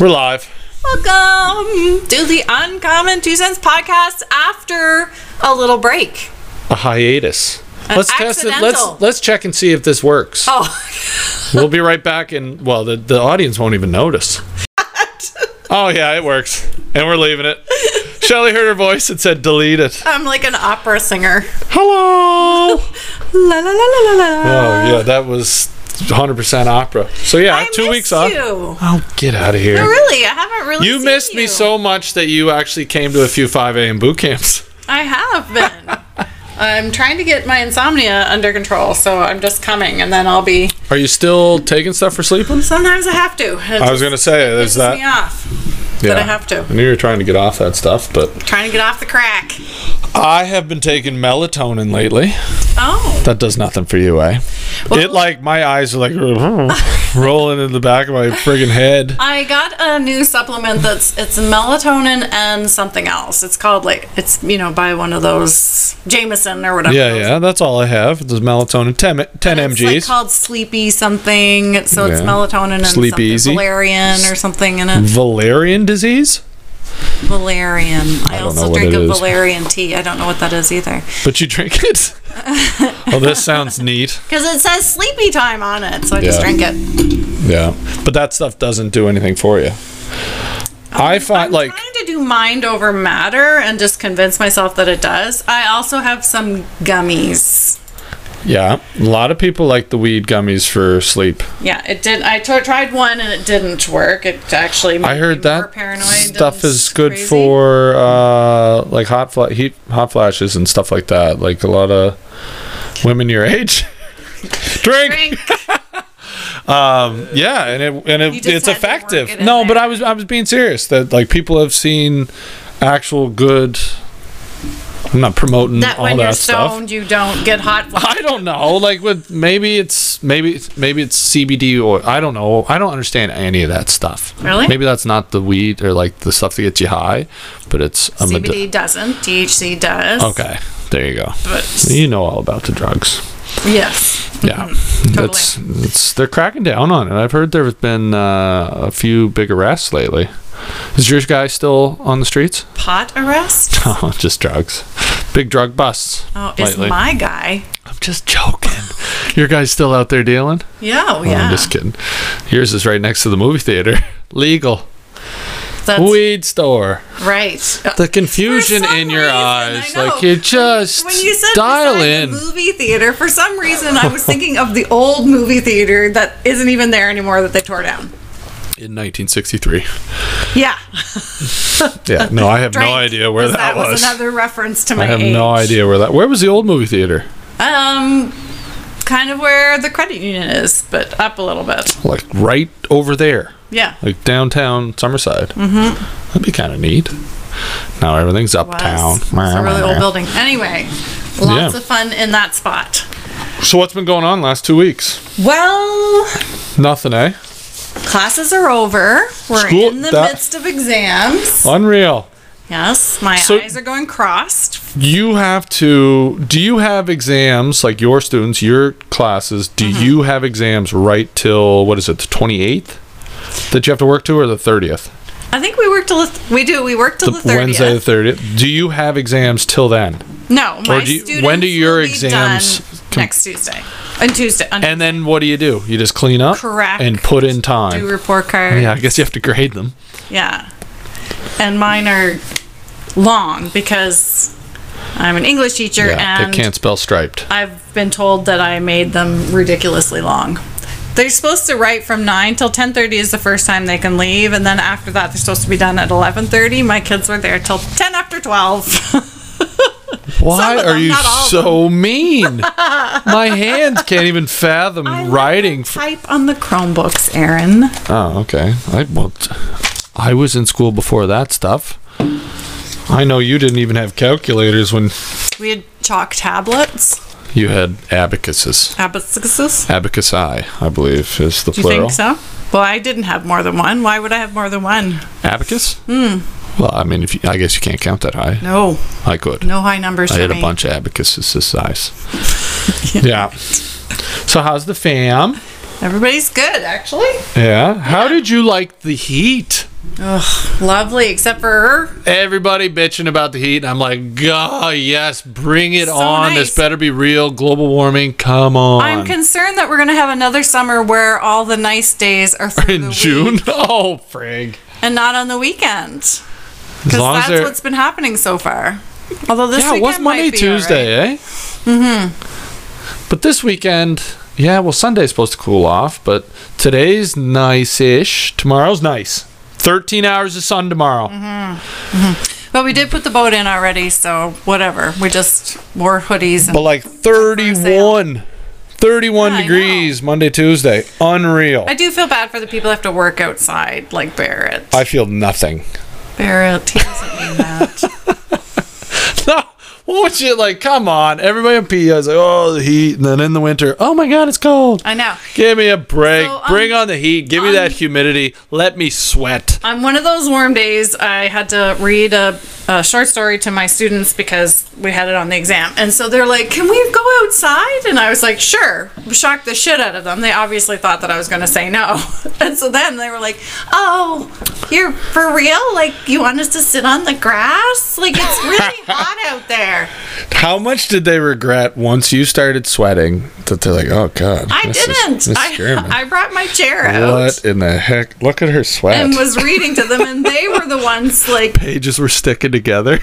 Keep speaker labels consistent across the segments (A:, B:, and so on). A: We're live.
B: Welcome to the Uncommon Two Cents podcast after a little break.
A: A hiatus.
B: An
A: let's test it.
B: accidental.
A: Let's let's check and see if this works.
B: Oh,
A: We'll be right back and well the, the audience won't even notice. oh yeah, it works. And we're leaving it. Shelly heard her voice and said delete it.
B: I'm like an opera singer.
A: Hello.
B: La la la la la la.
A: oh yeah, that was 100% opera. So yeah,
B: I
A: 2
B: missed
A: weeks off.
B: you.
A: Oh, get out of
B: No,
A: here.
B: Really, I haven't really.
A: You
B: seen
A: missed me
B: you.
A: so much that you actually came to a few 5 a.m. boot camps.
B: I have been. I'm trying to get my insomnia under control, so I'm just coming, and then I'll be.
A: Are you still taking stuff for sleeping?
B: Sometimes I have to. It
A: I was going to say there's
B: pisses
A: that.
B: me off.
A: yeah.
B: I have to.
A: I knew you were trying to get off that stuff, but
B: Trying to get off the crack.
A: I have been taking melatonin lately.
B: Oh,
A: That does nothing for you, eh? it like my eyes are like rolling in the back of my friggin' head.
B: I got a new supplement that's it's melatonin and something else. It's called like it's you know by one of those Jameson or whatever.
A: Yeah,
B: those-
A: yeah, that's all I have. There's melatonin, 10, mi- 10
B: It's like
A: mgs.
B: called sleepy something. So it's
A: Yeah.
B: melatonin and
A: Sleep
B: something,
A: Easy?
B: valerian or something in it.
A: Valerian disease,
B: Valerian. I,
A: Mm-hmm. don't know
B: also
A: what
B: drink
A: it
B: a
A: is.
B: valerian tea. I don't know what that is either.
A: but you drink it. oh, this sounds neat.
B: Because it says sleepy time on it, so I just
A: Yeah.
B: drink it.
A: Yeah, but that stuff doesn't do anything for you. I find
B: I'm
A: like
B: trying to do mind over matter and just convince myself that it does. I also have some gummies.
A: yeah, a lot of people like the weed gummies for sleep.
B: Yeah, it did. I t- tried one and it didn't work. It actually made
A: I heard
B: me more
A: that
B: paranoid
A: stuff
B: and
A: is good
B: crazy.
A: for uh, like hot fla- heat, hot flashes and stuff like that. Like a lot of women your age. Drink. Um,
B: Drink.
A: Yeah, and it and it,
B: just
A: it's
B: had to work
A: effective.
B: it in
A: no, but
B: there.
A: I was I was being serious that like people have seen actual good. I'm not promoting
B: that
A: all
B: when you're
A: that stuff.
B: stoned, you don't get hot. flashes.
A: I don't know. Like with maybe it's maybe maybe it's CBD or I don't know. I don't understand any of that stuff.
B: Really?
A: Maybe that's not the weed or like the stuff that gets you high, but it's a med-
B: CBD doesn't. THC does.
A: Okay, there you go.
B: But
A: You know all about the drugs.
B: Mm-hmm. yes,
A: Yeah, that's it's, they're cracking down on it. I've heard there have been uh, a few big arrests lately. Is your guy still on the streets?
B: pot arrest.
A: Oh, just drugs. Big drug busts
B: Oh, is
A: lately.
B: my guy?
A: I'm just joking. your guy's still out there dealing?
B: Yeah, oh, yeah.
A: I'm just kidding. Yours is right next to the movie theater. Legal
B: That's
A: weed store.
B: right. Uh,
A: The confusion
B: some
A: in your
B: reason, I
A: eyes,
B: know.
A: like you just
B: When you said
A: dial
B: beside
A: in.
B: the movie theater, for some reason I was thinking of the old movie theater that isn't even there anymore that they tore down.
A: In 1963.
B: Yeah.
A: Yeah, no, I have no
B: Drink,
A: idea where
B: 'cause
A: that, was.
B: another reference to my
A: I have
B: age.
A: no idea where that. Where was the old movie theater?
B: Um, kind of where the credit union is, but up a little bit.
A: Like right over there,
B: Yeah.
A: like downtown Summerside. Mm-hmm. That'd be kind of neat. Now everything's uptown.
B: It's a really old building. Anyway, lots
A: Yeah.
B: of fun in that spot.
A: So what's been going on last two weeks?
B: Well,
A: Nothing, eh?
B: classes are over. We're
A: School-
B: in the
A: that-
B: midst of exams.
A: Unreal.
B: Yes, my
A: So-
B: eyes are going crossed.
A: you have to do you have exams like your students your classes do
B: Mm-hmm.
A: you have exams right till what is it the 28th that you have to work to or the 30th
B: I think we work till the th- we do we work till the, 30th.
A: wednesday the 30th do you have exams till then
B: No, my
A: Or do you-
B: students
A: when do your
B: will be done
A: exams com-
B: next Tuesday and Tuesday on
A: and then what do you do you just clean up
B: Correct.
A: and put in
B: do
A: time
B: report card.
A: yeah i guess you have to grade them
B: Yeah. And mine are long because I'm an English teacher
A: yeah
B: and
A: they can't spell striped
B: I've been told that I made them ridiculously long. They're supposed to write from 9 till 10:30 is the first time they can leave and then after that they're supposed to be done at 11:30. My kids were there till 10 after 12.
A: why
B: of
A: are
B: them,
A: you
B: not all of
A: so mean my hands can't even fathom
B: I let them
A: writing for
B: type on the Chromebooks, Aaron.
A: Oh, okay. I well, t- I was in school before that stuff. I know you didn't even have calculators when
B: We had chalk tablets.
A: you had abacuses.
B: Abacuses.
A: Abacus I, I believe, is the
B: Do you
A: plural.
B: think so? Well, I didn't have more than one. Why would I have more than one?
A: Abacus? Hmm. Well, I mean, if you, I guess you can't count that high.
B: No,
A: I could.
B: no high numbers.
A: I
B: for
A: had a
B: me.
A: bunch of abacuses this size. yeah. So how's the fam?
B: Everybody's good, actually.
A: Yeah. How did you like the heat?
B: Ugh, lovely, except for her.
A: Everybody bitching about the heat, and I'm like, God, yes, bring it
B: So
A: on.
B: nice.
A: This better be real. Global warming, come on.
B: I'm concerned that we're going to have another summer where all the nice days are through the
A: in
B: week
A: June. Oh, frig.
B: and not on the weekend.
A: As
B: Because
A: long as
B: that's
A: they're-
B: what's been happening so far. Although this
A: yeah, it
B: weekend
A: was Monday,
B: might be Mm-hmm.
A: Tuesday, eh? Mm-hmm. But this weekend, yeah, well, Sunday's supposed to cool off, but today's nice-ish. Tomorrow's nice. 13 hours of sun tomorrow.
B: Mm-hmm. alright. But we did put the boat in already, so whatever. We just wore hoodies and
A: But like 31, 31
B: Yeah, I know.
A: degrees Monday, Tuesday. Unreal.
B: I do feel bad for the people who have to work outside, like Barrett.
A: I feel nothing.
B: Barrett, he doesn't mean that.
A: No, what you like? Come on, everybody in PA is like, oh, the heat, and then in the winter, oh my god, it's cold.
B: I know.
A: Give me a break.
B: So, um,
A: Bring on the heat. Give me
B: um,
A: that humidity. Let me sweat.
B: On one of those warm days, I had to read a, a short story to my students because we had it on the exam. And so they're like, Can we go outside? And I was like, Sure. Shocked the shit out of them. They obviously thought that I was going to say no. And so then they were like, Oh, you're for real? Like, you want us to sit on the grass? Like, it's really hot out there.
A: How much did they regret once you started sweating that they're like, oh god,
B: I
A: this is-
B: didn't.
A: this is scaring me.
B: I, I brought my chair out.
A: what in the heck? Look at her sweat.
B: And was reading to them, and they were the ones like
A: Pages were sticking together.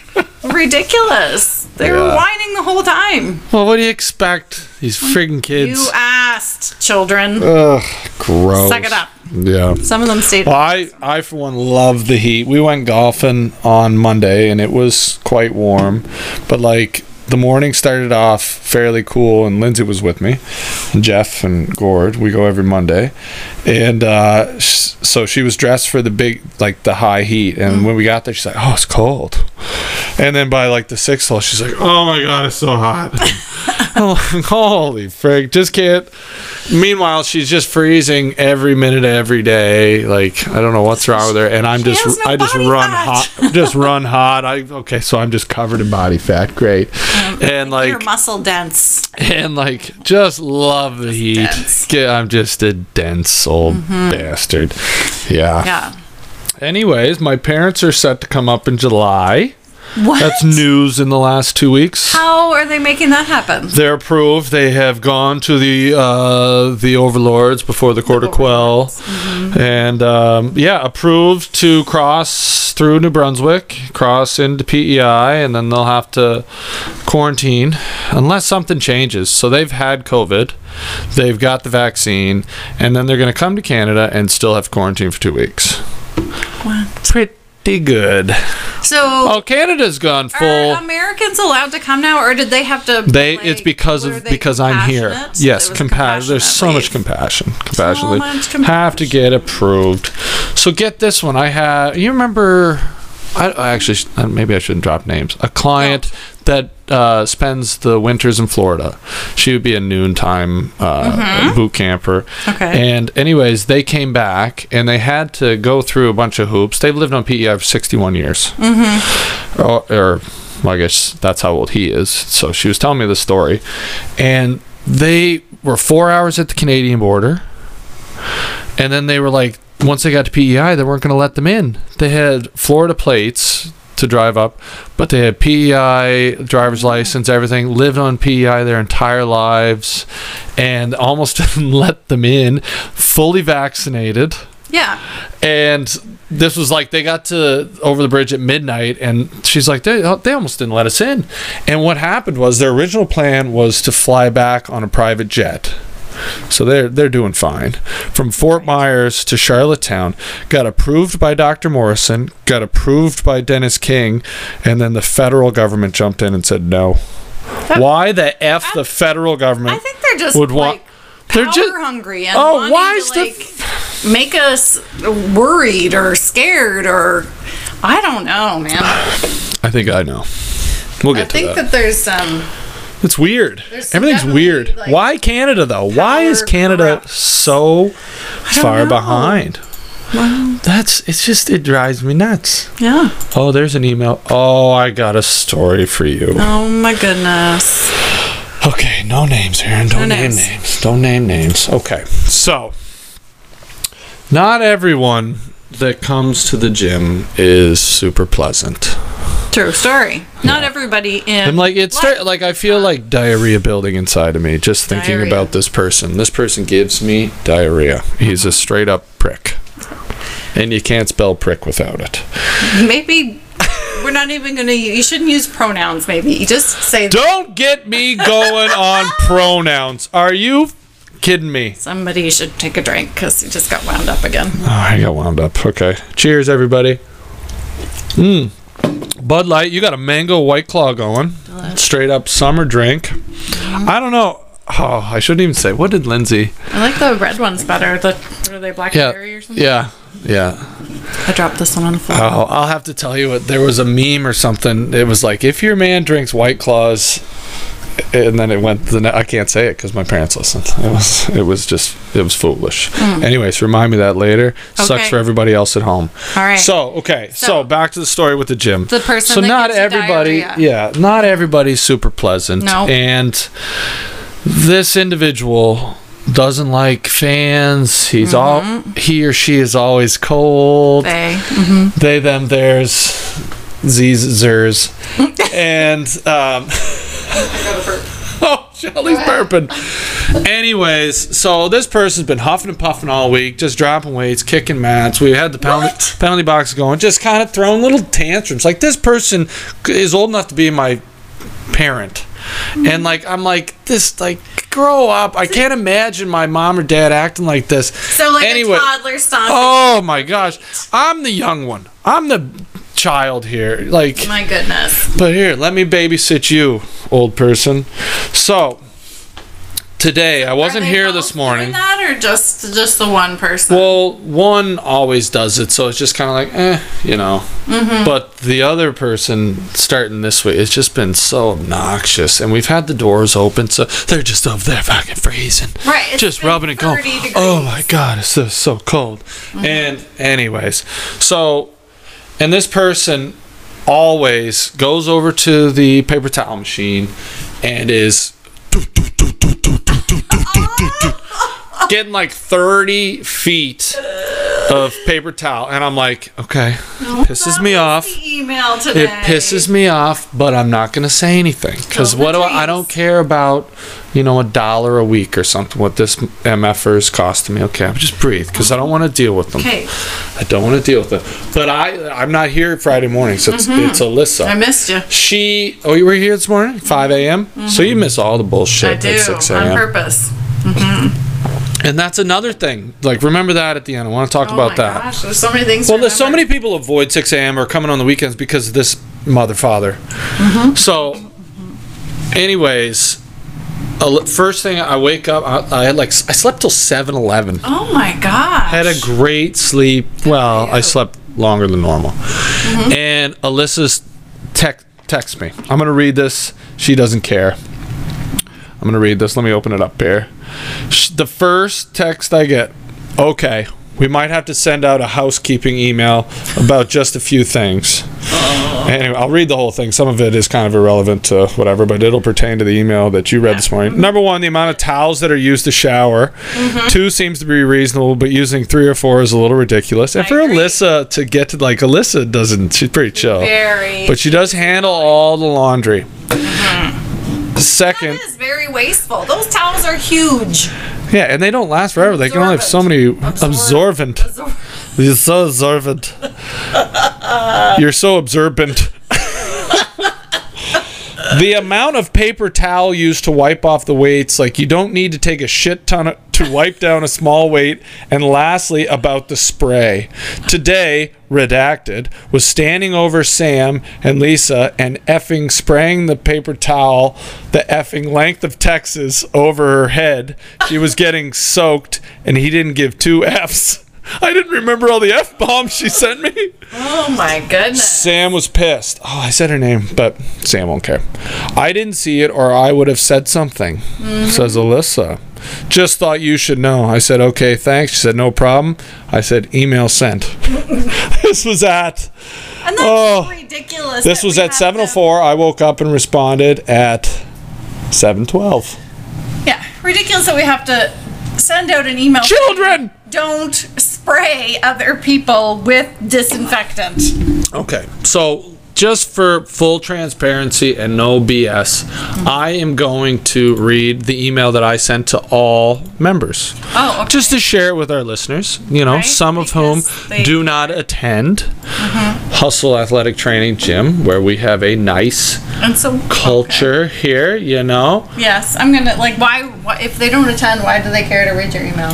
B: ridiculous. They were
A: Yeah.
B: whining the whole time.
A: well, what do you expect? These friggin' kids.
B: You asked, children.
A: Ugh, gross.
B: Suck it up.
A: Yeah.
B: Some of them stayed.
A: Well, I, I for one love the heat. We went golfing on Monday and it was quite warm, but like the morning started off fairly cool and Lindsay was with me, and Jeff and Gord. We go every Monday, and uh, sh- so she was dressed for the big like the high heat. And when we got there, she's like, "Oh, it's cold," and then by like the sixth hole, she's like, "Oh my god, it's so hot." I'm like, Holy frick! Just can't. Meanwhile, she's just freezing every minute, every day. Like I don't know what's wrong with her, and I'm just,
B: has no
A: I just
B: body
A: run
B: fat.
A: hot, just run hot. I okay, so I'm just covered in body fat. Great,
B: Um,
A: and
B: You're
A: like,
B: muscle dense.
A: and like, just love the heat.
B: dense. Mm-hmm.
A: Get- I'm just a dense old bastard. Yeah.
B: Yeah.
A: Anyways, my parents are set to come up in July.
B: What?
A: That's news in the last two weeks.
B: How are they making that happen?
A: They're approved. They have gone to the uh, the overlords before the court of quell, and um, yeah, approved to cross through New Brunswick, cross into PEI, and then they'll have to quarantine unless something changes. So they've had COVID, they've got the vaccine, and then they're going to come to Canada and still have quarantine for two weeks.
B: What?
A: Pretty good.
B: So
A: Oh, Canada's gone full.
B: are Americans allowed to come now, or did they have to?
A: They
B: like,
A: it's because
B: were
A: of
B: they
A: because I'm here.
B: compassionate?
A: Yes,
B: It was a
A: compassion. There's so much
B: compassionate
A: compassion. Compassion. They
B: So much
A: Have to get approved. So get this one. I had. You remember? I, I actually sh- uh, maybe I shouldn't drop names. A client that uh, spends the winters in Florida. She would be a noontime uh, boot camper.
B: Okay.
A: And anyways, they came back and they had to go through a bunch of hoops. They've lived on PEI for 61 years or, or well, I guess that's how old he is. So she was telling me the story, and they were four hours at the Canadian border, and then they were like, once they got to PEI, they weren't going to let them in. They had Florida plates to drive up, but they had PEI driver's license, everything. Lived on PEI their entire lives, and almost didn't let them in. Fully vaccinated
B: Yeah.
A: and this was like they got to over the bridge at midnight and she's like they, uh, they almost didn't let us in and what happened was their original plan was to fly back on a private jet so they're they're doing fine from Fort Myers to Charlottetown got approved by Dr. Morrison got approved by Dennis King and then the federal government jumped in and said no why the f the federal government
B: I think they're just
A: would want
B: like
A: they're
B: power
A: just
B: hungry and
A: Oh,
B: wanting
A: why
B: to,
A: is the-
B: like, make us worried or scared or I don't know, man.
A: I think I know we'll
B: I
A: get to that.
B: think that there's um
A: It's weird.
B: There's
A: Everything's
B: definitely,
A: weird.
B: like,
A: Why Canada though? Why is
B: power
A: Canada
B: corrupt.
A: so far
B: know.
A: behind? That's it's just it drives me nuts.
B: yeah.
A: Oh, there's an email. Oh, I got a story for you.
B: Oh my goodness.
A: Okay, no names, Aaron. Don't name
B: names.
A: names. Don't name names. Okay, so not everyone that comes to the gym is super pleasant.
B: True story. Not everybody in.
A: I'm like it's
B: life.
A: like I feel like diarrhea building inside of me just thinking
B: Diarrhea.
A: about this person. This person gives me diarrhea. He's a straight up prick. And you can't spell prick without it.
B: maybe we're not even gonna. u- You shouldn't use pronouns. Maybe you just say
A: Don't get me going on pronouns. Are you kidding me?
B: somebody should take a drink because you just got wound up again.
A: Oh, I got wound up. Okay. Cheers, everybody. Mm. Bud Light, you got a mango white claw going. Straight up summer drink.
B: Mm-hmm.
A: I don't know. Oh, I shouldn't even say. What did Lindsay?
B: I like the red ones better. The what are they blackberry or something?
A: Yeah. Yeah.
B: I dropped this one on the floor.
A: Oh, I'll have to tell you what. There was a meme or something. It was like, if your man drinks White Claws, and then it went. The ne- I can't say it because my parents listened. It was. It was just. It was foolish. Anyways, remind me that later. Sucks
B: Hmm. Okay.
A: for everybody else at home.
B: All right.
A: Uh, So okay. So,
B: So-
A: back to the story with the gym.
B: The person
A: So
B: that
A: not
B: gets the
A: everybody.
B: diarrhea.
A: Yeah. Not everybody's super pleasant.
B: Nope.
A: And this individual doesn't like fans. He's
B: Mm-hmm.
A: all. He or she is always cold
B: They.
A: they them theirs z's zers and um oh shelly's burping anyways so this person's been huffing and puffing all week just dropping weights kicking mats we had the penalty, penalty box going just kind of throwing little tantrums like this person is old enough to be my parent and like i'm like this like grow up i can't imagine my mom or dad acting like this
B: So like a toddler sausage.
A: Oh my gosh. I'm the young one. I'm the child here. Like,
B: oh My goodness.
A: but here, let me babysit you, old person. So, today, I wasn't
B: Are they
A: here
B: both
A: this
B: doing
A: morning.
B: That or just just the one person.
A: Well, one always does it, so it's just kind of like, eh, you know. But the other person starting this way, it's just been so obnoxious, and we've had the doors open, so they're just up there fucking freezing,
B: Right, it's
A: just
B: been
A: rubbing and going,
B: 30
A: oh
B: degrees. Mm-hmm.
A: my god, it's so, so cold. And anyways, so and this person always goes over to the paper towel machine and is getting like 30 feet of paper towel and i'm like okay pisses me off
B: The email today.
A: it pisses me off but i'm not gonna say anything because
B: Tell the
A: what do I, I
B: dreams.
A: don't care about you know a dollar a week or something what this mfers cost me okay i'm just breathe because i don't want to deal with them
B: Okay,
A: i don't want to deal with them but i i'm not here friday morning so it's,
B: Mm-hmm.
A: it's alyssa
B: I missed you.
A: she oh you were here this morning 5 a.m so you miss all the bullshit
B: Mm-hmm. I do
A: at 6 a.m
B: on purpose.
A: and that's another thing. Like, remember that at the end. I want to talk
B: Oh
A: about
B: my
A: that.
B: Gosh, there's so many things. to
A: Well, there's so
B: remember.
A: many people avoid 6 a.m. or coming on the weekends because of this mother father. So, anyways, a l- first thing I wake up, I, I had like s- I slept till 7:11.
B: Oh my gosh.
A: Had a great sleep. well, I
B: you.
A: slept longer than normal. And Alyssa's tec- text me. I'm gonna read this. She doesn't care. I'm gonna read this. Let me open it up here. Sh- The first text I get. Okay, we might have to send out a housekeeping email about just a few things. Anyway, I'll read the whole thing. Some of it is kind of irrelevant to whatever, but it'll pertain to the email that you read this morning. Number one, the amount of towels that are used to shower.
B: Mm-hmm.
A: Two seems to be reasonable, but using three or four is a little ridiculous. And
B: I
A: for
B: agree.
A: Alyssa to get to like Alyssa doesn't, she's pretty chill,
B: very.
A: but she does handle all the laundry.
B: Mm-hmm.
A: Second,
B: that is very wasteful. Those towels are huge.
A: yeah, and they don't last forever. They can only have so many absorbent. You're so observant. You're so observant. the amount of paper towel used to wipe off the weights, like you don't need to take a shit ton of, to wipe down a small weight. And lastly, about the spray. Today, redacted was standing over Sam and Lisa and effing spraying the paper towel the effing length of Texas over her head. She was getting soaked, and he didn't give two f's. I didn't remember all the f bombs she sent me.
B: Oh my goodness.
A: Sam was pissed. Oh, I said her name, but Sam won't care. I didn't see it, or I would have said something, says Alyssa. Just thought you should know. I said, okay, thanks. She said, no problem. I said, email sent. this was at.
B: And that's
A: Oh.
B: ridiculous.
A: This
B: that
A: was
B: we
A: at
B: have them-
A: 7:04. I woke up and responded at Seven twelve.
B: Yeah, ridiculous that we have to send out an email. saying,
A: Children.
B: Don't spray other people with disinfectant.
A: Okay, so just for full transparency and no BS, I am going to read the email that I sent to all members.
B: Oh, okay.
A: Just to share it with our listeners, you know,
B: Right,
A: some of whom
B: because they- Mm-hmm.
A: do not attend Hustle Athletic Training Gym, where we have a nice
B: And so
A: culture here, you know.
B: Yes, I'm gonna like why, why if they don't attend, why do they care to read your email?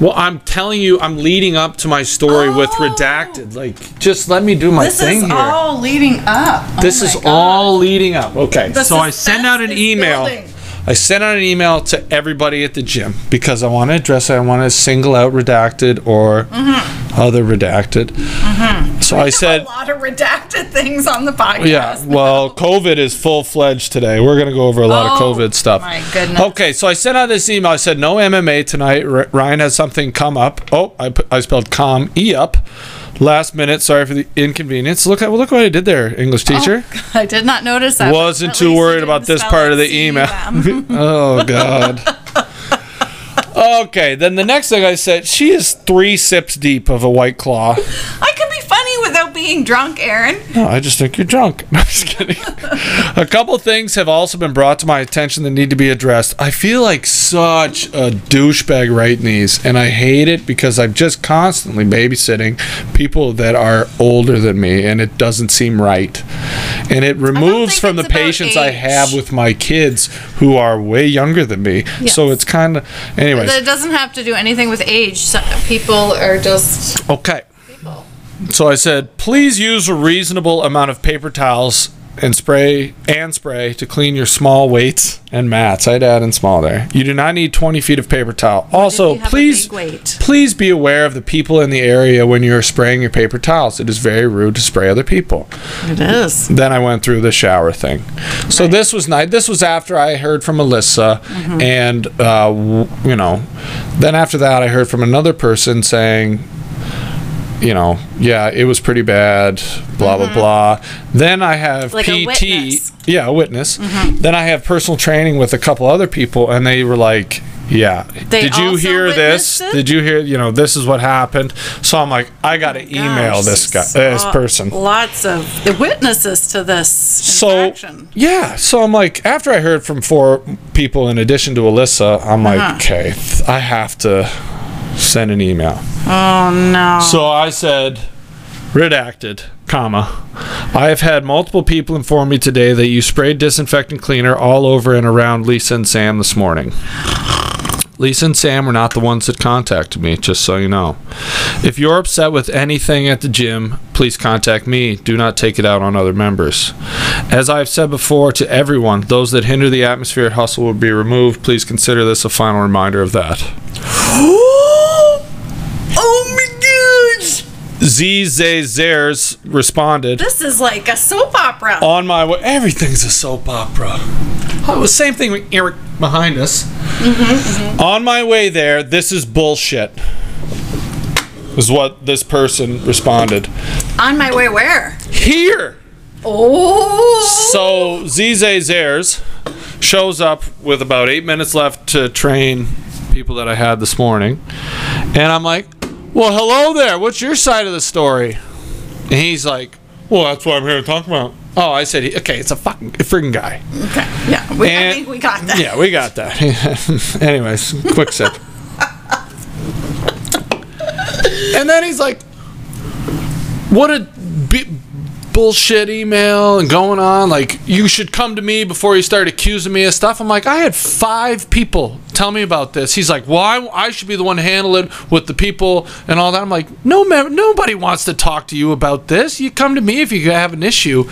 A: Well, I'm telling you, I'm leading up to my story with
B: Oh.
A: redacted. Like, just let me do my
B: This
A: thing
B: is
A: here.
B: all leading up. Oh
A: This
B: my
A: is
B: God.
A: all leading up. Okay.
B: The
A: so I sent out an
B: suspense is
A: email.
B: building.
A: I sent out an email to everybody at the gym because I want to address it. I want to single out redacted or
B: Mm-hmm.
A: other redacted. So I
B: a
A: said,
B: lot of redacted things on the podcast.
A: yeah, well, COVID is full fledged today. We're going to go over a lot
B: Oh,
A: of COVID stuff.
B: my goodness.
A: Okay. So I sent out this email. I said, no MMA tonight. R- Ryan has something come up. Oh, I, put, I spelled com E up. Last minute. Sorry for the inconvenience. Look at, look what I did there, English teacher.
B: I did not notice that.
A: Wasn't
B: Oh, At
A: too
B: least you
A: worried
B: didn't
A: about this
B: spell
A: part
B: it
A: of the email.
B: C-U-M.
A: Oh God. okay, then the next thing I said, she is three sips deep of a white claw.
B: I could be funny without being drunk, Aaron.
A: No, I just think you're drunk. I'm just kidding. a couple things have also been brought to my attention that need to be addressed. I feel like such a douchebag writing these, and I hate it because I'm just constantly babysitting people that are older than me, and it doesn't seem right. And it removes
B: think
A: from the
B: it's about
A: patience I
B: age.
A: have with my kids who are way younger than me. So
B: Yes.
A: it's kind of, anyways.
B: That doesn't have to do anything with age. Some people are just
A: Okay. So I said, please use a reasonable amount of paper towels and spray and spray to clean your small weights and mats. I'd add in small there. You do not need 20 feet of paper towel. Also,
B: you have a
A: please
B: big weight?
A: please be aware of the people in the area when you are spraying your paper towels. It is very rude to spray other people
B: it is.
A: then I went through the shower thing. So this was night. This was after I heard from Alyssa,
B: Mm-hmm.
A: and uh, w- you know, then after that I heard from another person saying, you know, yeah, it was pretty bad, blah blah blah. Then I have
B: Mm-hmm. Like a
A: PT,
B: witness. Mm-hmm.
A: yeah, a witness. Then I have personal training with a couple other people, and they were like. Yeah.
B: They
A: Did you
B: also
A: hear this?
B: witnessed it?
A: Did you hear? You know, this is what happened. So I'm like, I gotta email
B: Oh Gosh,
A: this guy, uh,
B: so-
A: this person.
B: Uh, Lots of witnesses to this
A: so
B: infraction.
A: yeah so i'm like after i heard from four people in addition to alyssa i'm
B: Uh-huh.
A: like okay th- i have to send an email
B: Oh no.
A: so i said redacted comma i have had multiple people inform me today that you sprayed disinfectant cleaner all over and around lisa and sam this morning Lisa and Sam were not the ones that contacted me, just so you know. If you're upset with anything at the gym, please contact me. Do not take it out on other members. As I've said before to everyone, those that hinder the atmosphere at Hustle will be removed. Please consider this a final reminder of that.
B: oh my gosh.
A: Z Zay Zares responded
B: This is like a soap opera.
A: on my way. Everything's a soap opera. Oh, it was same thing with Eric behind us. On my way there, this is bullshit. Is what this person responded.
B: On my way where?
A: Here.
B: Oh.
A: So Zizay Zares shows up with about eight minutes left to train people that I had this morning. And I'm like, Well, hello there. What's your side of the story? And he's like, Well, that's what I'm here to talk about. Oh, I said, okay, it's a fucking friggin' guy.
B: Okay. Yeah. We, I
A: And-
B: think we got that.
A: Yeah, we got that. Anyways, quick sip. and then he's like, "What a b- bullshit email and going on. Like, you should come to me before you start accusing me of stuff." I'm like, "I had five people tell me about this." He's like, "Why? Well, I, I should be the one to handle it with the people and all that." I'm like, "No, man, nobody wants to talk to you about this. You come to me if you have an issue."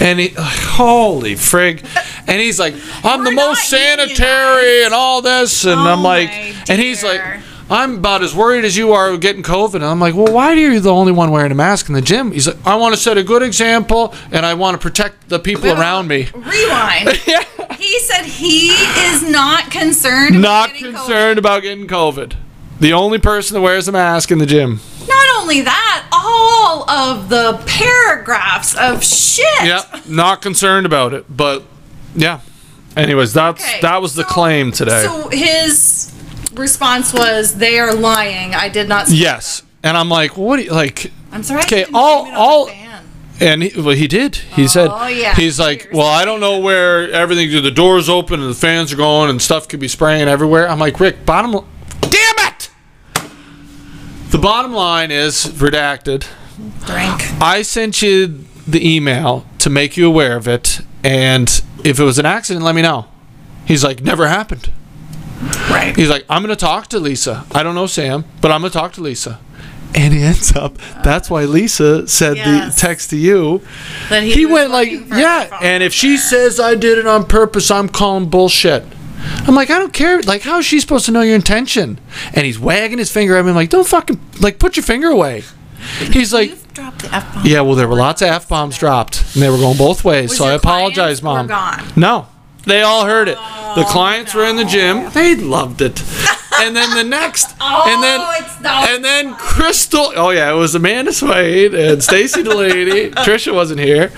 A: And he, holy frig. And he's like, "I'm the
B: We're
A: most
B: not
A: sanitary and all this," and
B: Oh,
A: I'm like,
B: my
A: and he's like.
B: dear.
A: I'm about as worried as you are getting COVID. And I'm like, well, why are you the only one wearing a mask in the gym? He's like, I want to set a good example and I want to protect the people around me.
B: Rewind. He said he is not concerned. about
A: Not
B: getting
A: concerned about getting COVID. The only person that wears a mask in the gym.
B: COVID. Not only that, all of the paragraphs of shit.
A: Yep. Not concerned about it. But yeah. Anyways, that's
B: Okay,
A: that was the
B: so-
A: claim today.
B: So his response was, "They are lying. I did not." see
A: yes,
B: them."
A: and I'm like, what? Do you, like,
B: I'm sorry. I
A: Okay,
B: didn't
A: all-
B: blame it on
A: all-
B: the fan.
A: And he, well, he did. He said,
B: Oh, yeah.
A: he's like,
B: Cheers.
A: well, I don't know where everything, the door's open and the fans are going and stuff could be spraying everywhere. I'm like, Rick, bottom, li- damn it! The bottom line is redacted.
B: Drink.
A: I sent you the email to make you aware of it. And if it was an accident, let me know. He's like, never happened.
B: Right.
A: He's like, I'm going to talk to Lisa. I don't know Sam, but I'm going to talk to Lisa. And he ends up, that's why Lisa said
B: Yes.
A: the text to you
B: That
A: he
B: was
A: went like
B: looking for her
A: yeah
B: phone
A: and if she
B: number.
A: says i did it on purpose i'm calling bullshit i'm like i don't care like how is she supposed to know your intention and he's wagging his finger at me I'm like don't fucking like put your finger away he's like
B: You've dropped the F bomb.
A: yeah well there were lots of f-bombs dropped and they were going both ways
B: Was
A: so i
B: your
A: apologize
B: clients were
A: mom
B: gone? Oh,
A: no they all heard it the clients were in the gym they loved it and then the next and then
B: Oh, it's not
A: and then Crystal. Oh yeah, it was Amanda Swain and Stacy Delaney. Trisha wasn't here,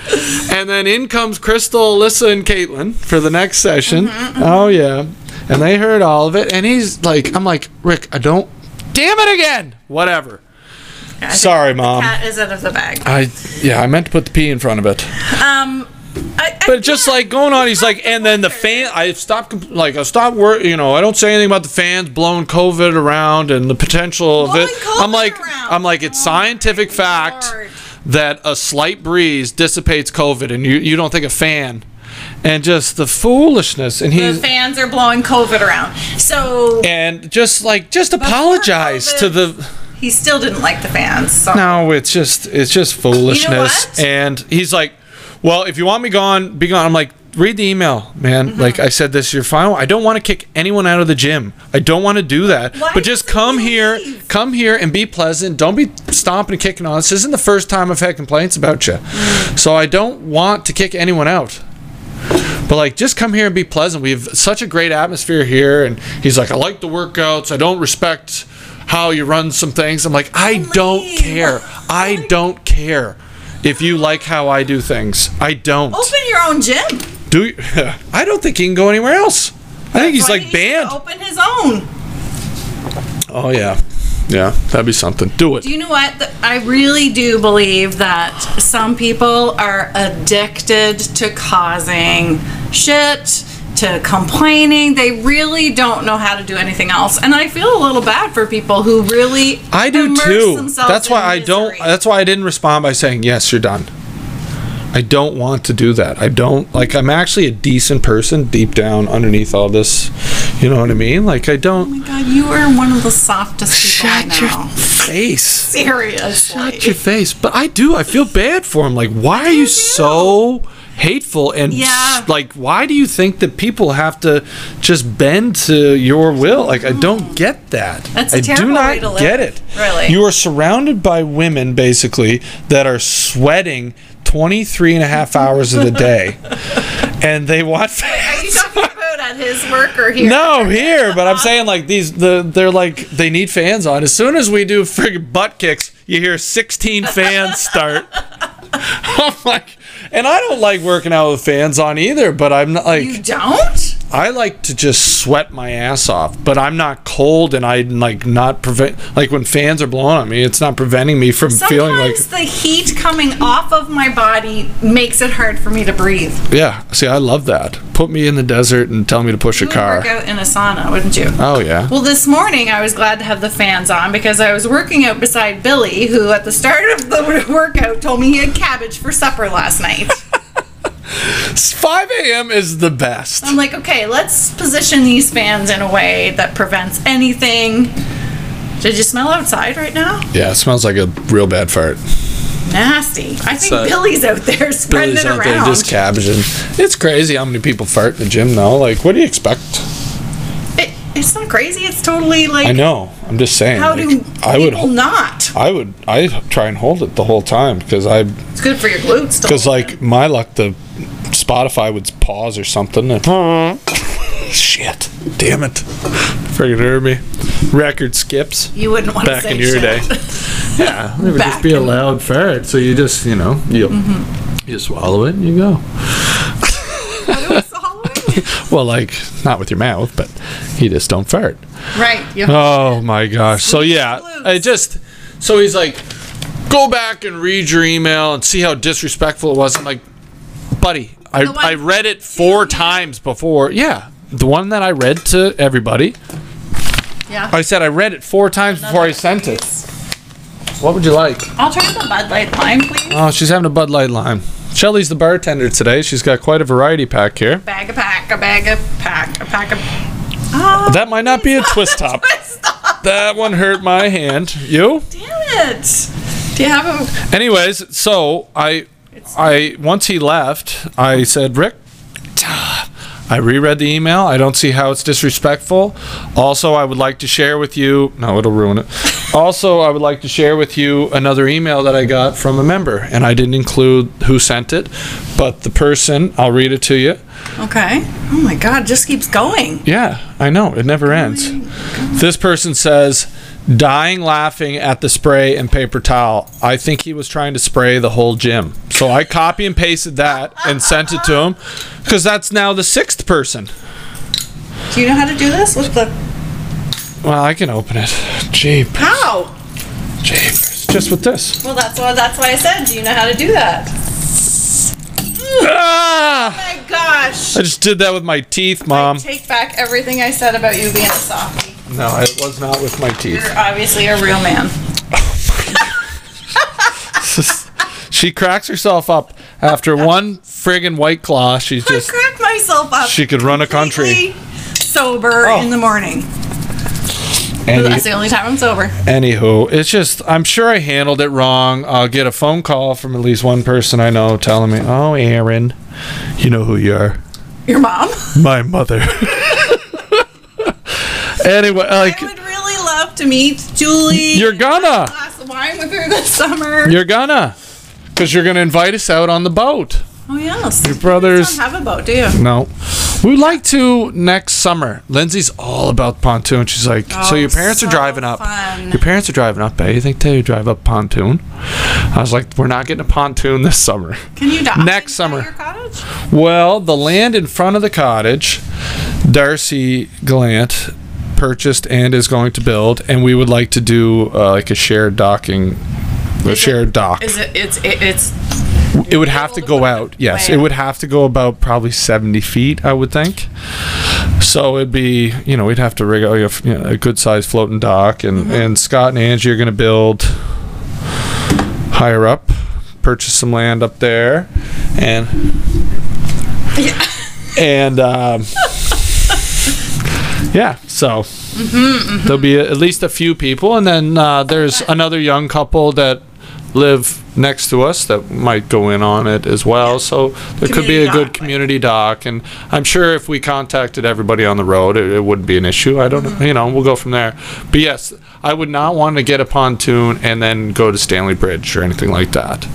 A: and then in comes Crystal, Alyssa, and Caitlin for the next session.
B: Mm-hmm,
A: Oh yeah, and they heard all of it, and he's like, "I'm like Rick, I don't. Damn it again. Whatever.
B: I think
A: Sorry,
B: the
A: Mom.
B: Cat is out of the bag.
A: I yeah, I meant to put the P in front of it,
B: Um, I, I
A: but just
B: can't-
A: like going on, he's like, and then the fan. I stopped compl- like I stopped work. You know, I don't say anything about the fans blowing COVID around and the potential of
B: Blowing
A: it. I'm
B: COVID
A: like,
B: around.
A: I'm like, it's
B: Oh
A: scientific
B: my
A: fact.
B: Lord.
A: that a slight breeze dissipates COVID, and you, you don't think a fan, and just the foolishness, and
B: the
A: he's
B: fans are blowing COVID around. So
A: and just like just apologize to the
B: he still didn't like the fans. So.
A: no, it's just it's just foolishness,
B: what?
A: and he's like, well, if you want me gone, be gone. I'm like. Read the email, man.
B: Mm-hmm.
A: Like I said, this is your final. I don't want to kick anyone out of the gym. I don't want to do that.
B: Why
A: but just
B: did you
A: come here,
B: leave?
A: come here, and be pleasant. Don't be stomping and kicking on. This isn't the first time I've had complaints about you,
B: Mm.
A: so I don't want to kick anyone out. But like, just come here and be pleasant. We have such a great atmosphere here. And he's like, I like the workouts. I don't respect how you run some things. I'm like, I don't
B: lame.
A: care. I don't care if you like how I do things. I don't.
B: Open your own gym.
A: Do you? I don't think he can go anywhere else. I think he's
B: Why
A: like
B: didn't he
A: banned.
B: Open his own.
A: Oh yeah, yeah. That'd be something. Do it.
B: Do you know what? Th- I really do believe that some people are addicted to causing shit, to complaining. They really don't know how to do anything else. And I feel a little bad for people who really
A: I do
B: immerse
A: too.
B: themselves
A: That's why
B: in
A: I don't.
B: misery.
A: That's why I didn't respond by saying yes. You're done. I don't want to do that. I don't like. I'm actually a decent person deep down underneath all this. You know what I mean? Like I
B: Oh
A: don't.
B: my God, you are one of the softest people
A: Shut
B: I
A: your
B: know.
A: face.
B: Seriously.
A: Shut your face. But I do. I feel bad for him. Like why are you so hateful and s-
B: Yeah.
A: like why do you think that people have to just bend to your will? Like I don't get that.
B: Mm. That's
A: I
B: a terrible
A: do not
B: way to live,
A: get it.
B: really.
A: You are surrounded by women basically that are sweating 23 and a half hours of the day. and they watch
B: Are you talking about at his work or here?
A: No, here, but I'm saying like these the they're like they need fans on. As soon as we do friggin' butt kicks, you hear 16 fans start. I'm like, and I don't like working out with fans on either, but I'm not like
B: You don't?
A: I like to just sweat my ass off, but I'm not cold and I'm like not prevent like when fans are blowing on me, it's not preventing me from feeling like
B: Sometimes the heat coming off of my body makes it hard for me to breathe.
A: yeah. See, I love that. Put me in the desert and tell me to push a
B: You would work
A: car.
B: out in a sauna, wouldn't you?
A: Oh yeah.
B: Well, this morning I was glad to have the fans on because I was working out beside Billy, who at the start of the workout told me he had cabbage for supper last night.
A: 5 a.m. is the best.
B: I'm like, okay, let's position these fans in a way that prevents anything. Did you smell outside right now?
A: Yeah, it smells like a real bad fart.
B: Nasty. I think
A: So-
B: Billy's out there spreading
A: uh, Billy's
B: it
A: out there
B: around.
A: just cabbaging. It's crazy how many people fart in the gym now. Like, what do you expect?
B: It- it's not crazy. It's totally like
A: I know. I'm just saying.
B: how
A: like,
B: do
A: I would
B: people not?
A: I would I try and hold it the whole time because I
B: It's good for your glutes. to
A: Because,
B: hold
A: like, my luck, the Spotify would pause or something. And Shit. Damn it. Friggin' heard me. Record skips
B: it. you wouldn't want to
A: back
B: say
A: in your
B: shit.
A: day. Yeah. It would
B: Back
A: just be a
B: in- Mm-hmm.
A: loud fart. So you just, you know, you, you swallow it and you go.
B: It was Halloween.
A: well, like not with your mouth, but you just don't fart.
B: Right. You
A: Oh my gosh. So yeah,
B: Absolutes.
A: I just so he's like, go back and read your email and see how disrespectful it was. I'm like, buddy, I,
B: one-
A: I read it four times before. Yeah, the one that I read to everybody.
B: yeah.
A: I said I read it four times before I sent it. What would you like?
B: I'll try the Bud Light lime, please.
A: Oh, she's having a Bud Light Lime. Shelly's the bartender today. She's got quite a variety pack here.
B: Bag a pack, a bag a pack, a pack of. Oh,
A: That might not be a twist top.
B: stop!
A: That one hurt my hand. You?
B: Damn it! Do you have a?
A: Anyways, so I, I once he left, I said, Rick, I reread the email. I don't see how it's disrespectful. Also, I would like to share with you. No, it'll ruin it. Also, I would like to share with you another email that I got from a member, and I didn't include who sent it, but the person. I'll read it to you.
B: Okay. Oh my God! it Just keeps going.
A: Yeah, I know. It never ends. This person says, dying laughing at the spray and paper towel. I think he was trying to spray the whole gym. So I copy and pasted that and sent it to him because that's now the sixth person.
B: Do you know how to do this? Look the
A: Well, I can open it. Jeep,
B: how?
A: Jeep. Just with this.
B: Well, that's why. That's why I said. Do you know how to do that? Oh
A: Ah!
B: My gosh!
A: I just did that with my teeth, Mom.
B: Take back everything I said about you being a softie.
A: No, it was not with my teeth.
B: You're obviously a real man.
A: She cracks herself up after one friggin' white claw. She's
B: I
A: just.
B: cracked myself up.
A: She could run a country.
B: completely Sober
A: Oh.
B: in the morning.
A: And you-
B: That's the only time I'm sober.
A: Anywho, it's just I'm sure I handled it wrong. I'll get a phone call from at least one person I know telling me, "Oh, Aaron, you know who you are,
B: Your mom?
A: my mother." anyway, like
B: I would really love to meet Julie.
A: you're
B: and have a
A: gonna,
B: glass of wine with her this summer.
A: you're gonna, because you're gonna invite us out on the boat,
B: oh yes. Your
A: brothers.
B: don't have a boat, do you?
A: No. We would like to next summer. Lindsay's all about pontoon. She's like, so
B: Oh,
A: your parents are
B: so
A: driving up.
B: fun.
A: Your parents are driving up, eh? You think they drive up pontoon? I was like, we're not getting a pontoon this summer.
B: Can you dock
A: Next
B: inside
A: summer.
B: Your cottage?
A: Well, the land in front of the cottage, Darcy Glant purchased and is going to build, and we would like to do uh, like a shared docking, a shared dock.
B: Is it? It's. It, it's.
A: It would have to go out. Yes,
B: Way
A: it
B: out.
A: would have to go about probably seventy feet, I would think. So it'd be, you know, we'd have to rig out a, you know, a good sized floating dock, and
B: Mm-hmm.
A: and Scott and Angie are going to build higher up, purchase some land up there, and and um, yeah, so. There'll be at least a few people, and then uh, there's another young couple that live next to us that might go in on it as well. So there could be
B: Community
A: a
B: dock,
A: good
B: like-
A: community dock, and I'm sure if we contacted everybody on the road, it, it wouldn't be an issue. I don't
B: Mm-hmm.
A: know, you know, we'll go from there. But yes, I would not want to get a pontoon and then go to Stanley Bridge or anything like that.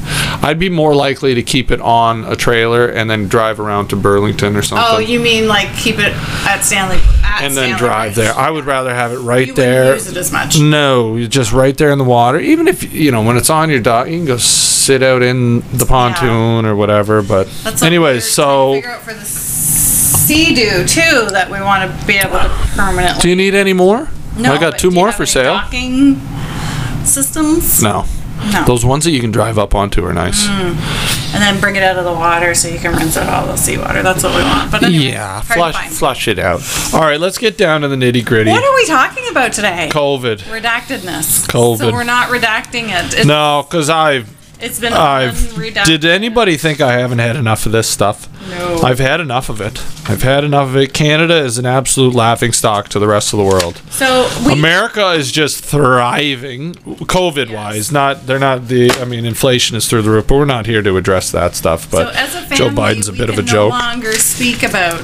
A: I'd be more likely to keep it on a trailer and then drive around to Burlington or something.
B: Oh, you mean like keep it at Stanley? At
A: and then
B: Stanley
A: drive
B: Bridge.
A: there. I would rather have it right
B: You wouldn't
A: there.
B: use it as much.
A: No, you're just right there in the water. Even if you know when it's on your dock, you can go sit out in the pontoon or whatever. But
B: That's something
A: anyways,
B: we're trying
A: so
B: to figure out for the sea do too that we want to be able to permanently.
A: do you need any more? I got
B: but
A: two
B: do you
A: more
B: have
A: for
B: any
A: sale.
B: Docking systems.
A: No,
B: No. Mm,
A: those ones that you can drive up onto are nice.
B: and then bring it out of the water so you can rinse out all the seawater. That's what we want. But anyway,
A: yeah,
B: hard to
A: flush
B: find.
A: flush it out. All right, let's get down to the nitty gritty.
B: What are we talking about today?
A: COVID.
B: Redactedness. So
A: COVID.
B: we're not redacting it. It's,
A: No, because I
B: it's been
A: I've
B: unredacted.
A: did anybody think I haven't had enough of this stuff?
B: No.
A: I've had enough of it. I've had enough of it. Canada is an absolute laughing stock to the rest of the world.
B: So we
A: America is just thriving, COVID wise. Not they're not the. I mean, inflation is through the roof, but we're not here to address that stuff.
B: so
A: But
B: as a family,
A: Joe Biden's a
B: we
A: bit of a
B: can
A: joke.
B: No longer speak about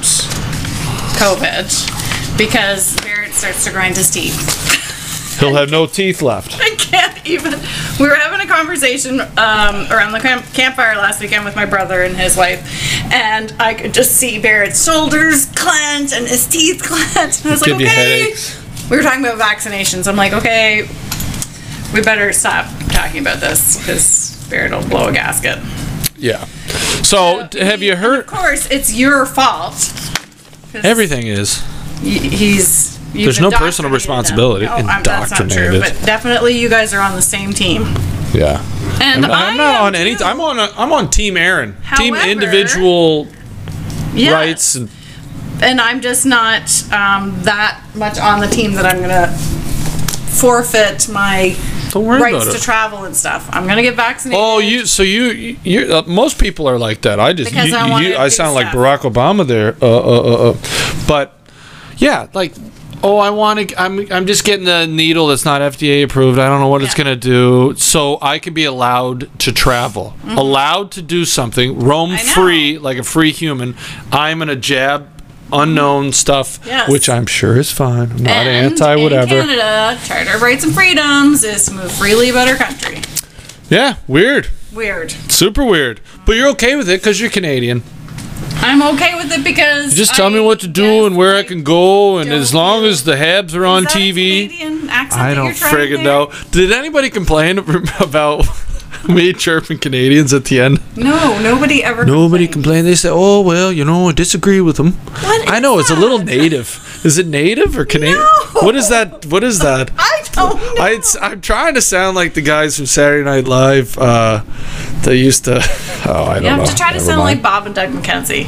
B: COVID because Barrett starts to grind his teeth.
A: He'll have no teeth left.
B: I can't even. We were having a conversation um, around the camp- campfire last weekend with my brother and his wife, and I could just see Barrett's shoulders clench and his teeth clench. And I was like,
A: Give you
B: okay.
A: headaches.
B: We were talking about vaccinations. I'm like, okay, we better stop talking about this because Barrett will blow a gasket.
A: Yeah. So d- have you
B: And
A: heard?
B: Of course, it's your fault 'cause
A: Everything is.
B: y- he's. you've
A: There's no personal
B: indoctrinated him.
A: responsibility.
B: No, I'm- that's not true,
A: Indoctrinated.
B: but definitely you guys are on the same team.
A: Yeah.
B: And I
A: I'm not
B: am
A: on any.
B: too.
A: I'm on. A, I'm on Team Aaron. team
B: However-
A: individual
B: Yes.
A: rights. And,
B: and I'm just not um, that much on the team that I'm gonna forfeit my
A: Don't worry
B: rights
A: about it.
B: to travel and stuff. I'm gonna get vaccinated.
A: oh, you. So you. You. Uh, most people are like that. I just.
B: Because
A: you,
B: I wanted
A: you-
B: to
A: I
B: do
A: sound like
B: stuff.
A: Barack Obama there. Uh. Uh. Uh. uh. But yeah, like. Oh, I want to. I'm. I'm just getting the needle that's not FDA approved. I don't know what it's
B: Yeah.
A: gonna do. So I can be allowed to travel, allowed to do something, roam
B: Mm-hmm. I know.
A: free like a free human. I'm gonna jab unknown stuff,
B: Yes.
A: which I'm sure is fine. I'm not
B: And
A: anti whatever.
B: In Canada, Charter of Rights and Freedoms is to move freely about our country.
A: Yeah, weird.
B: Weird.
A: Super weird. But you're okay with it because you're Canadian.
B: I'm okay with it because
A: Just tell
B: I-
A: me what to do
B: yes,
A: and where I
B: like,
A: can go, and
B: don't
A: as long as the Habs are
B: is
A: on
B: that a
A: TV.
B: Canadian accent
A: I
B: that
A: don't
B: you're trying
A: friggin'
B: there?
A: know. Did anybody complain about me chirping Canadians at the end?
B: No, nobody ever.
A: Nobody
B: complained.
A: complained. They said, "Oh well, you know, I disagree with them."
B: What
A: I
B: is
A: know it's a little
B: that?
A: native. Is it native or Canadian?
B: No.
A: What is that? What is that?
B: I don't know.
A: I, it's, I'm trying to sound like the guys from Saturday Night Live. Uh, they used to. Oh, I don't
B: you
A: know.
B: have to try to
A: Never
B: sound
A: mind.
B: like Bob and Doug McKenzie.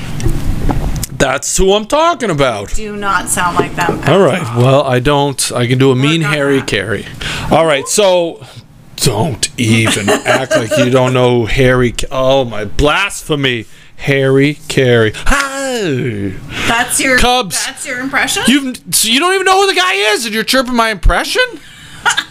A: That's who I'm talking about.
B: Do not sound like them.
A: All right. Well, I don't. I can do a mean
B: not
A: Harry
B: that.
A: Carey. All right. So don't even act like you don't know Harry. Ca- Oh my blasphemy, Harry Carey. Hi.
B: That's your
A: Cubs.
B: That's your impression.
A: You so you don't even know who the guy is, and you're chirping my impression.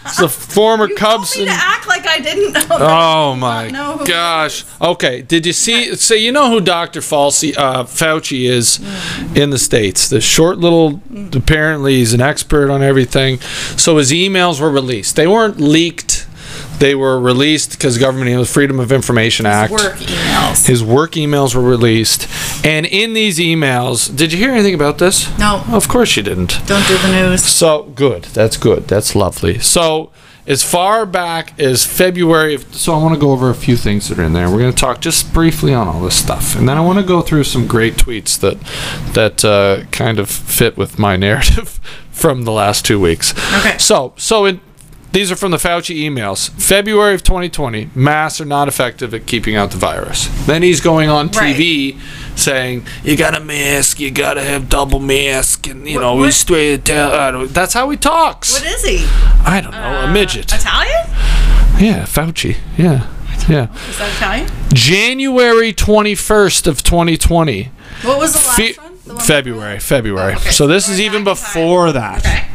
A: It's the former Cubs.
B: told me
A: and-
B: to act like I didn't know.
A: Oh my
B: know who he
A: gosh. Okay. Did you see? So you know who Dr. Falsey, uh, Fauci is
B: Mm.
A: in the states. The short little. Apparently, he's an expert on everything. So his emails were released. They weren't leaked. They were released because government emails, Freedom of Information Act.
B: work emails.
A: His work emails were released, and in these emails, did you hear anything about this?
B: No.
A: Of course you didn't.
B: Don't do the news.
A: So good. That's good. That's lovely. So as far back as February, of, so I want to go over a few things that are in there. We're going to talk just briefly on all this stuff, and then I want to go through some great tweets that that uh, kind of fit with my narrative from the last two weeks.
B: Okay.
A: So so in these are from the Fauci emails. February of 2020, masks are not effective at keeping out the virus. Then he's going on TV saying, "You got to mask, you got to have double mask, and you know we
B: what-
A: straight down." I don't- That's how he talks.
B: What is Uh, he?
A: I don't know, a midget.
B: Italian?
A: Yeah, Fauci. Yeah, yeah.
B: Is that Italian?
A: January 21st of 2020.
B: What was the last
A: Fe-
B: one? The one
A: February, February.
B: Oh, okay.
A: So this
B: So
A: is
B: we're
A: even
B: not tied.
A: before that.
B: Okay.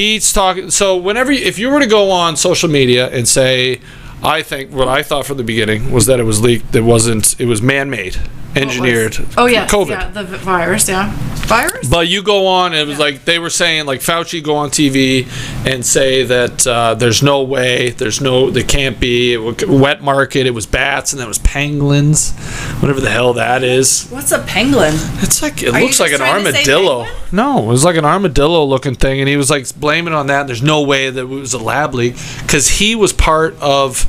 A: He's talking. So whenever, you, if you were to go on social media and say, "I think what I thought from the beginning was that it was leaked. That wasn't. It was man-made, engineered.
B: Oh yeah,
A: COVID."
B: Yeah, the vi- virus. Yeah, virus.
A: But you go on, and it was like they were saying, like Fauci go on TV and say that uh, there's no way, there's no, there can't be it wa- wet market. It was bats, and then it was pangolins, whatever the hell that is.
B: What's a penguin?
A: It's like it
B: you
A: looks like
B: just
A: an
B: trying to say
A: armadillo.
B: penguin?
A: No, it was like an armadillo looking thing, and he was like blaming it on that. There's no way that it was a lab leak because he was part of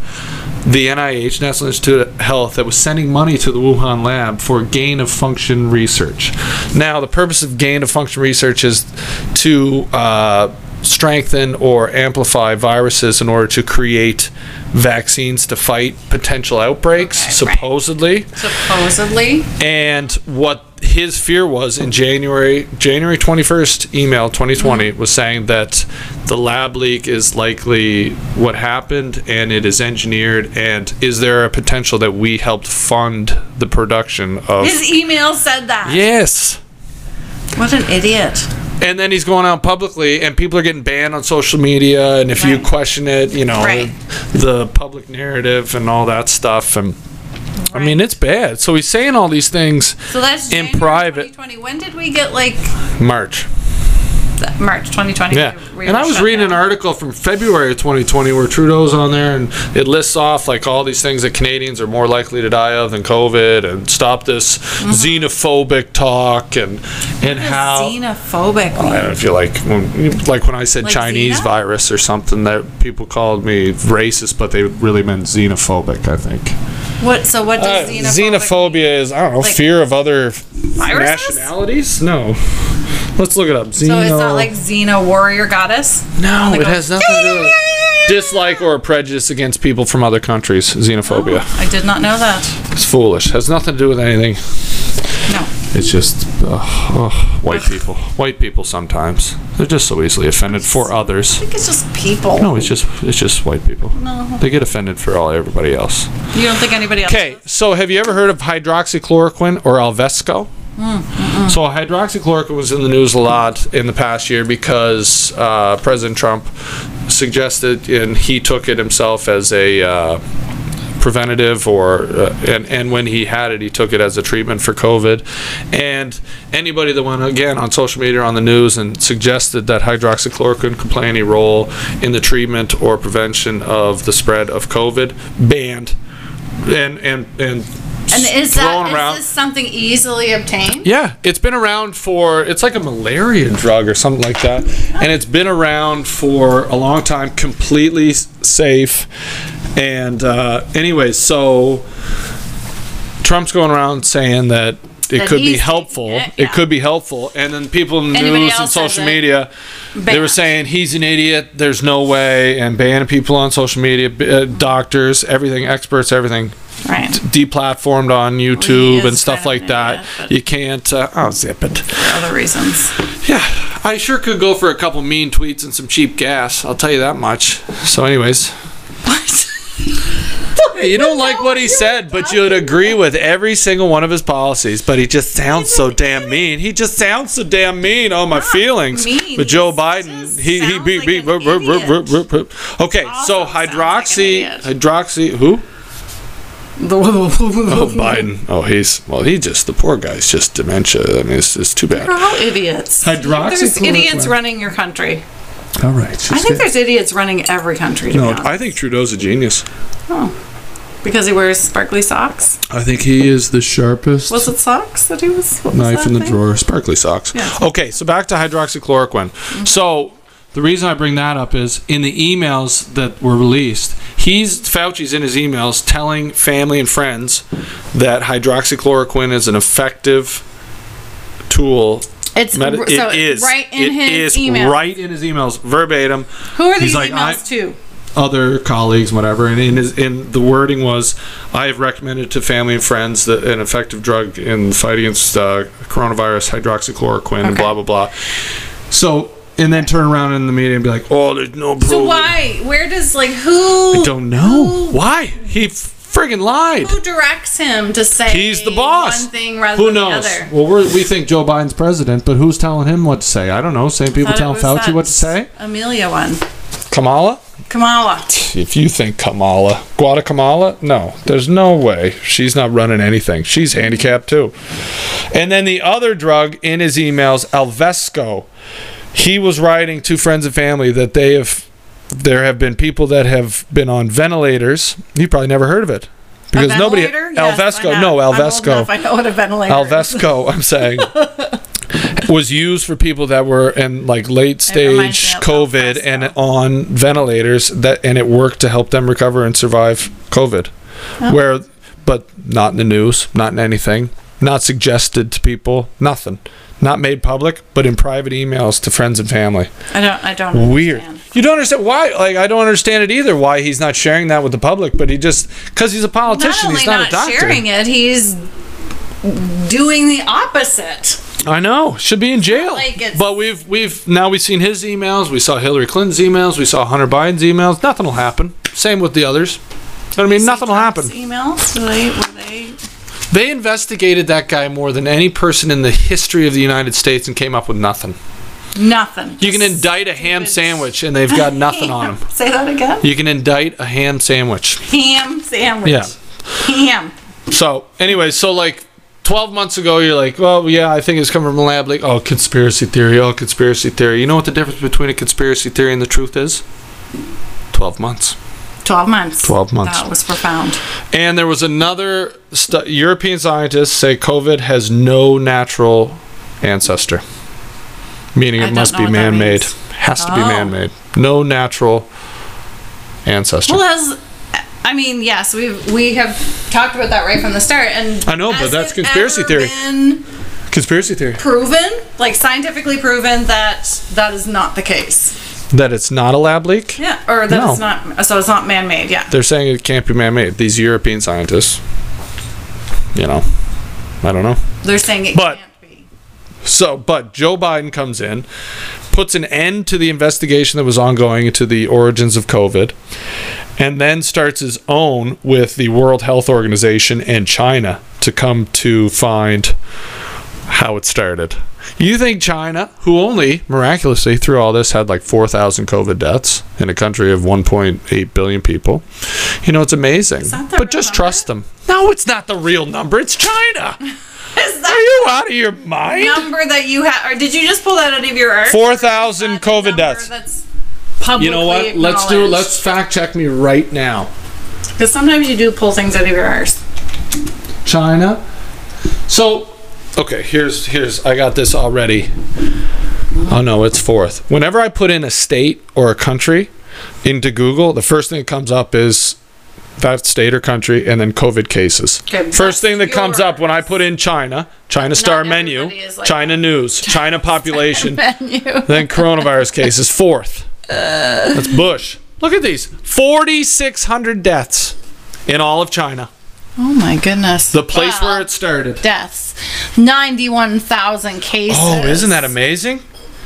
A: the NIH, National Institute of Health, that was sending money to the Wuhan lab for gain of function research. Now, the purpose of gain of function research is to uh, strengthen or amplify viruses in order to create vaccines to fight potential outbreaks,
B: Okay, right.
A: supposedly.
B: Supposedly.
A: And what his fear was in January, January 21st, email 2020,
B: Mm-hmm.
A: was saying that the lab leak is likely what happened and it is engineered. And is there a potential that we helped fund the production of.
B: His email said that.
A: Yes.
B: What an idiot.
A: And then he's going out publicly, and people are getting banned on social media. And if you
B: Right.
A: question it, you know,
B: Right.
A: the public narrative and all that stuff. And I mean, it's bad. So he's saying all these things
B: So that's
A: in
B: January
A: private-
B: 2020. When did we get like
A: March.
B: th- March 2020?
A: Yeah,
B: We
A: and
B: were
A: I was
B: shut
A: reading an
B: down.
A: article from February of 2020 where Trudeau's on there, and it lists off like all these things that Canadians are more likely to die of than COVID, and stop this
B: Mm-hmm.
A: xenophobic talk, and and how
B: xenophobic.
A: I don't know if you like when, like when I said
B: Like
A: Chinese
B: Xena?
A: virus or something that people called me racist, but they really meant xenophobic. I think
B: What? So what
A: Uh,
B: does xenophobia?
A: xenophobia is I don't know
B: Like-
A: fear of other
B: Viruses?
A: nationalities. No, let's look it up. Xeno.
B: So it's not like Xena warrior goddess.
A: no,
B: on the
A: it
B: go-
A: has nothing to do with dislike or prejudice against people from other countries. Xenophobia.
B: I did not know that.
A: It's foolish. Has nothing to do with anything.
B: No.
A: It's just ugh, ugh, white people. White people sometimes they're just so easily offended for others.
B: I think it's just people.
A: No, it's just it's just white people. No. They get offended for all everybody else.
B: You don't think anybody else?
A: Okay, so have you ever heard of hydroxychloroquine or Alvesco? So hydroxychloroquine was in the news a lot in the past year because uh, President Trump suggested, and he took it himself as a uh, preventative, or uh, and and when he had it, he took it as a treatment for COVID. And anybody that went again on social media, or on the news, and suggested that hydroxychloroquine could play any role in the treatment or prevention of the spread of COVID, banned and and and,
B: And is
A: thrown
B: that is
A: around.
B: this something easily obtained?
A: yeah, it's been around for it's like a malaria drug or something like that, and it's been around for a long time, completely s- safe. And uh, anyways, so Trump's going around saying that it
B: That
A: could be
B: he's taking
A: helpful.
B: it,
A: It,
B: yeah.
A: could be helpful, and then people in the
B: Anybody
A: news and
B: else has
A: social
B: it,
A: media. They were
B: banned.
A: saying he's an idiot. There's no way, and banning people on social media, b- uh, doctors, everything, experts, everything
B: Right.
A: deplatformed on
B: he
A: YouTube
B: is
A: and stuff like
B: kind of an
A: that.
B: idiot, but-
A: you can't. Uh, oh, zip it.
B: For other reasons.
A: Yeah, I sure could go for a couple mean tweets and some cheap gas. I'll tell you that much. So, anyways,
B: What?
A: you don't like what he said, but you'd agree with every single one of his policies. But he just sounds so damn mean. He just sounds so damn mean on my feelings.
B: mean.
A: But Joe
B: He
A: Biden,
B: just
A: he he
B: sounds
A: beat
B: like
A: beat.
B: an
A: rup, rup, rup, rup, rup, rup. Okay, so
B: Also sounds like an
A: hydroxy,
B: idiot.
A: hydroxy, who? Oh,
B: The
A: Biden. Oh, he's well. He just the poor guy's just dementia. I mean, it's, it's too bad.
B: We're all idiots. There's
A: Hydroxychloroquine.
B: idiots running your country.
A: All right.
B: I think there's idiots running every country. To
A: no.
B: be honest. Oh.
A: I think Trudeau's a genius.
B: because he wears sparkly socks.
A: I think he is the sharpest
B: Was it socks that he was? What was
A: knife
B: that
A: in the
B: thing?
A: drawer. Sparkly socks.
B: Yeah. Mm-hmm.
A: Okay, so back to hydroxychloroquine. So the reason I bring that up is in the emails that were released, he's Fauci's in his emails telling family and friends that hydroxychloroquine is an effective tool.
B: It's
A: Medi-
B: so
A: it is
B: right in
A: It
B: his
A: is
B: email.
A: Right in his emails, verbatim.
B: Who are
A: He's
B: these
A: like,
B: emails
A: I-
B: to?
A: other colleagues, whatever, and in his, in the wording was, I have recommended to family and friends that an effective drug in the fight against uh, coronavirus, hydroxychloroquine, and
B: Okay.
A: blah blah blah. So, and then turn around in the media and be like, oh, there's no proof.
B: So why? Where does like who?
A: I don't know
B: Who,
A: why he friggin' lied.
B: who directs him to say
A: He's the boss.
B: One thing rather
A: Who
B: than
A: knows?
B: the other.
A: Well, we're, we think Joe Biden's president, but who's telling him what to say? I don't know. Same people
B: Thought it
A: telling
B: was
A: Fauci
B: that
A: what to say.
B: Amelia one.
A: Kamala.
B: Kamala.
A: if you think Kamala, Guatemala, no, there's no way she's not running anything. She's handicapped too. And then the other drug in his emails, Alvesco, he was writing to friends and family that they have, there have been people that have been on ventilators. You probably never heard of it because
B: a
A: nobody.
B: ventilator? Yes, I
A: Alvesco,
B: have.
A: no,
B: I'm old
A: Alvesco.
B: enough, I know what a ventilator. is.
A: Alvesco, I'm saying, was used for people that were in like late
B: reminds
A: stage
B: me of
A: COVID and
B: Alvesco.
A: on ventilators that and it worked to help them recover and survive COVID.
B: Oh.
A: Where, but not in the news, not in anything, not suggested to people, nothing, not made public, but in private emails to friends and family.
B: I don't. I don't.
A: Weird.
B: understand.
A: You don't understand why. Like I don't understand it either. Why he's not sharing that with the public, but he just because he's a
B: Not
A: politician,
B: only
A: he's not,
B: not
A: a doctor.
B: sharing it, he's doing the opposite.
A: I know. Should be in jail.
B: like it's-
A: but we've we've now we've seen his emails. We saw Hillary Clinton's emails. We saw Hunter Biden's emails. Nothing will happen. Same with the others. I mean, nothing will happen.
B: Trump's Emails. Were they, were they?
A: They investigated that guy more than any person in the history of the United States and came up with nothing.
B: Nothing.
A: You can indict a ham
B: Stupid.
A: sandwich and they've got nothing on him.
B: Say that again.
A: You can indict a ham sandwich.
B: Ham sandwich.
A: Yeah.
B: Ham.
A: So, anyway, so like 12 months ago, you're like, well, yeah, I think it's coming from a lab. Like, oh, conspiracy theory, oh, conspiracy theory. You know what the difference between a conspiracy theory and the truth is? 12 months.
B: Twelve months.
A: 12 months.
B: That was profound.
A: And there was another stu- European scientists say COVID has no natural ancestor, meaning
B: I
A: it
B: don't
A: must
B: know
A: be
B: what that
A: man made.
B: means.
A: Has to be
B: Oh.
A: man made. No natural ancestor.
B: Well, as I mean, yes, we've we have talked about that right from the start, and
A: I know, but
B: has
A: that's
B: it
A: conspiracy
B: ever
A: theory.
B: Been
A: Conspiracy theory
B: proven, like scientifically proven, that that is not the case.
A: that it's not a lab leak.
B: Yeah, or that
A: No.
B: it's not. So it's not man-made. Yeah.
A: They're saying it can't be man-made. These European scientists, you know, I don't know.
B: They're saying it
A: But-
B: can't be.
A: So, but Joe Biden comes in, puts an end to the investigation that was ongoing into the origins of COVID, and then starts his own with the World Health Organization and China to come to find how it started. You think China, who only miraculously through all this had like 4,000 COVID deaths in a country of 1.8 billion people, you know, it's amazing.
B: that the
A: But
B: real
A: just
B: number?
A: trust them. No, it's not the real number. It's China.
B: Is
A: Are
B: that
A: you out of your mind?
B: number that you have, or did you just pull that out of your art?
A: 4,000 COVID deaths.
B: That's
A: You know what? Let's do let's fact check me right now.
B: because sometimes you do pull things out of your arse.
A: China. So, okay, here's here's I got this already. Oh no, it's fourth. Whenever I put in a state or a country into Google, the first thing that comes up is that state or country and then COVID cases.
B: Okay,
A: first thing that
B: that's
A: comes up when I put in China, China Star Menu,
B: everybody is like
A: China News, China Population,
B: Menu.
A: then coronavirus cases fourth. That's Bush. Look at these 4,600 deaths in all of China.
B: Oh my goodness.
A: The place
B: Wow.
A: where it started.
B: deaths, ninety-one thousand cases.
A: Oh, isn't that amazing?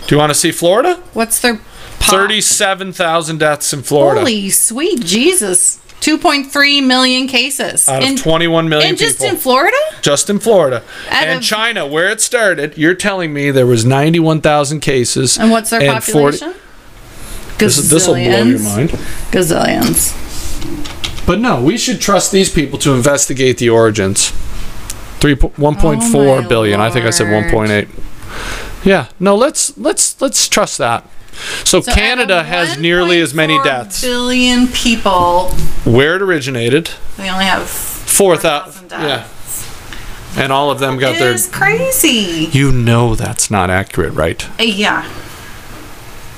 A: Do you want to see Florida?
B: What's their pop?
A: 37,000 deaths in Florida
B: Holy sweet Jesus! Two point three million cases
A: out of
B: in
A: 21 million
B: and just
A: people.
B: in Florida.
A: just in Florida.
B: Out
A: And
B: of-
A: China, where it started, you're telling me there was 91,000 cases.
B: And what's their
A: 40
B: population?
A: This this will blow your mind.
B: Gazillions.
A: But no, we should trust these people to investigate the origins. Three po- 1.4
B: Oh my
A: billion. I think I said
B: lord.
A: 1.8. Yeah. No, let's let's let's trust that. So,
B: So out of
A: Canada has nearly as many
B: 1.4
A: deaths.
B: Billion people.
A: Where it originated,
B: We only have
A: 4,000.
B: 4,000
A: yeah.
B: deaths.
A: And all of them got
B: It
A: their
B: is crazy. Uh,
A: You know that's not accurate, right?
B: Yeah.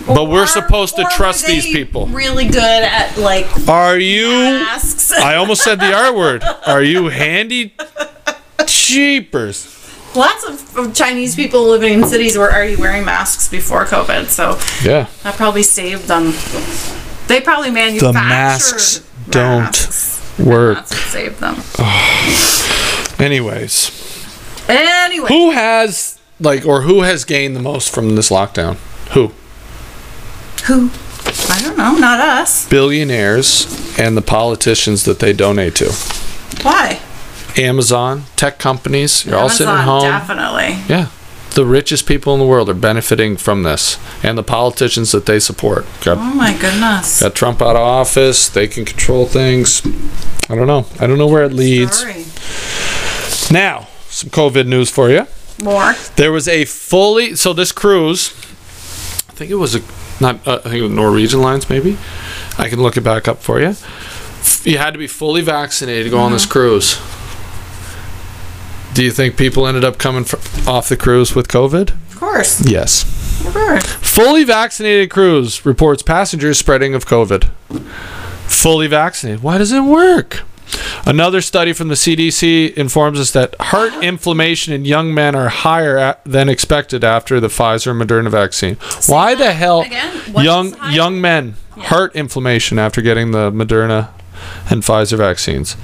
A: But we're
B: Are-
A: supposed to
B: or
A: trust
B: were
A: these
B: they
A: people.
B: Really good at like
A: Are you
B: masks.
A: I almost said the R word. Are you handy cheapers?
B: Lots of of Chinese people living in cities were already wearing masks before COVID, so
A: Yeah.
B: that probably saved them. They probably manufactured
A: masks don't
B: masks,
A: Work.
B: and That's what saved them.
A: Anyways.
B: Anyway,
A: Who has like or who has gained the most from this lockdown? Who?
B: who? I don't know. Not us.
A: Billionaires and the politicians that they donate to.
B: Why?
A: Amazon, tech companies, you're all sitting at
B: Amazon,
A: home.
B: Definitely.
A: Yeah. The richest people in the world are benefiting from this and the politicians that they support. Got,
B: Oh my goodness.
A: got Trump out of office, they can control things. I don't know. I don't know where it leads.
B: Sorry.
A: Now, some COVID news for you.
B: More.
A: There was a fully so this cruise. I think it was a not. Uh, I think it was Norwegian Lines maybe. I can look it back up for you. F- You had to be fully vaccinated to go on this cruise. Do you think people ended up coming fr- off the cruise with COVID?
B: Of course.
A: Yes.
B: Of course.
A: Fully vaccinated cruise reports passengers spreading of COVID. Fully vaccinated. Why does it work? Another study from the CDC informs us that heart inflammation in young men are higher a than expected after the Pfizer and Moderna vaccine. Why the hell
B: again? What
A: young
B: is high?
A: young men heart inflammation after getting the Moderna and Pfizer vaccines?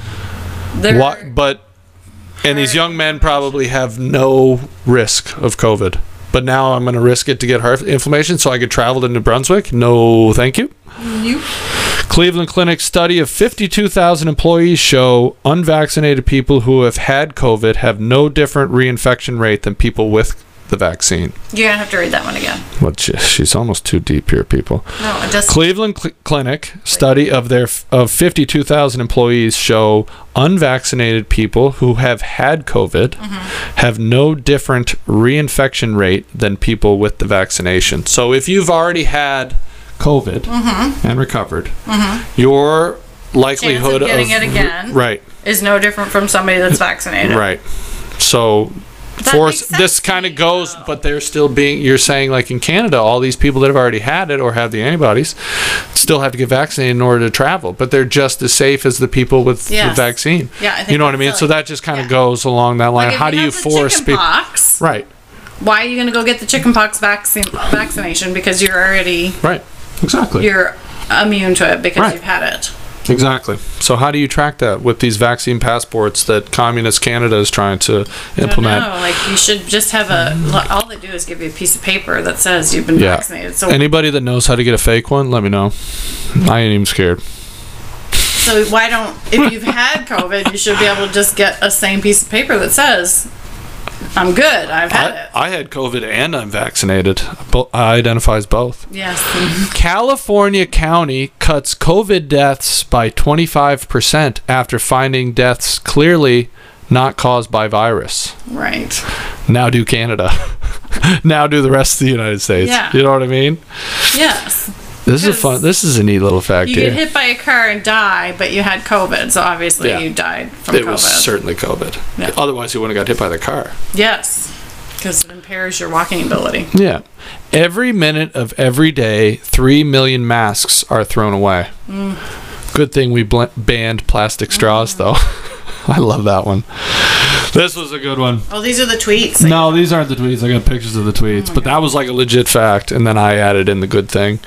B: They're-
A: What but and these young men probably have no risk of COVID. But now I'm going to risk it to get heart inflammation so I could travel to New Brunswick? No, thank you.
B: You
A: Cleveland Clinic study of 52,000 employees show unvaccinated people who have had COVID have no different reinfection rate than people with the vaccine.
B: You're gonna have to read that one again.
A: Well, she- she's almost too deep here, people.
B: No, it just
A: Cleveland Cl- Clinic study of their of 52,000 employees show unvaccinated people who have had COVID
B: Mm-hmm.
A: have no different reinfection rate than people with the vaccination. So if you've already had COVID
B: Mm-hmm.
A: and recovered, your likelihood
B: getting
A: of
B: it again.
A: right,
B: is no different from somebody that's vaccinated.
A: right. So force.
B: makes sense
A: This
B: to
A: kind of
B: me,
A: goes,
B: though.
A: but they're still being. You're saying like in Canada, all these people that have already had it or have the antibodies still have to get vaccinated in order to travel, but they're just as safe as the people with the
B: Yes.
A: vaccine.
B: Yeah, I think
A: you know what I
B: that's
A: mean. So
B: silly.
A: that just kind of
B: Yeah.
A: goes along that line.
B: Like, if
A: How do you
B: have the
A: force
B: chicken
A: people?
B: pox,
A: Right,
B: Why are you going to go get the chickenpox vaccine vaccination because you're already
A: right, exactly.
B: you're immune to it because
A: Right.
B: you've had it?
A: Exactly. So how do you track that with these vaccine passports that communist Canada is trying to
B: I don't
A: implement?
B: know. Like you should just have a. like, All they do is give you a piece of paper that says you've been
A: Yeah.
B: vaccinated. So
A: Anybody that knows how to get a fake one, let me know. I ain't even scared.
B: so why don't if you've had COVID, you should be able to just get a same piece of paper that says I'm good. I've had
A: I,
B: it.
A: I had COVID and I'm vaccinated. Bo- identifies both.
B: Yes.
A: California County cuts COVID deaths by 25% after finding deaths clearly not caused by virus.
B: right.
A: Now do Canada. now do the rest of the United States.
B: Yeah.
A: You know what I mean?
B: Yes.
A: This is a
B: 'Cause
A: fun. This is a neat little fact
B: You
A: here.
B: get hit by a car and die, but you had COVID, so obviously
A: Yeah.
B: you died from
A: It
B: COVID.
A: was certainly COVID.
B: Yeah.
A: Otherwise, you wouldn't have got hit by the car.
B: Yes, because it impairs your walking ability.
A: Yeah. Every minute of every day, 3 million masks are thrown away. Good thing we bl- banned plastic straws, though. I love that one. This was a good one.
B: Oh, these are the tweets.
A: No, these aren't the tweets. I got pictures of the tweets, but that was like a legit fact, and then I added in the good thing.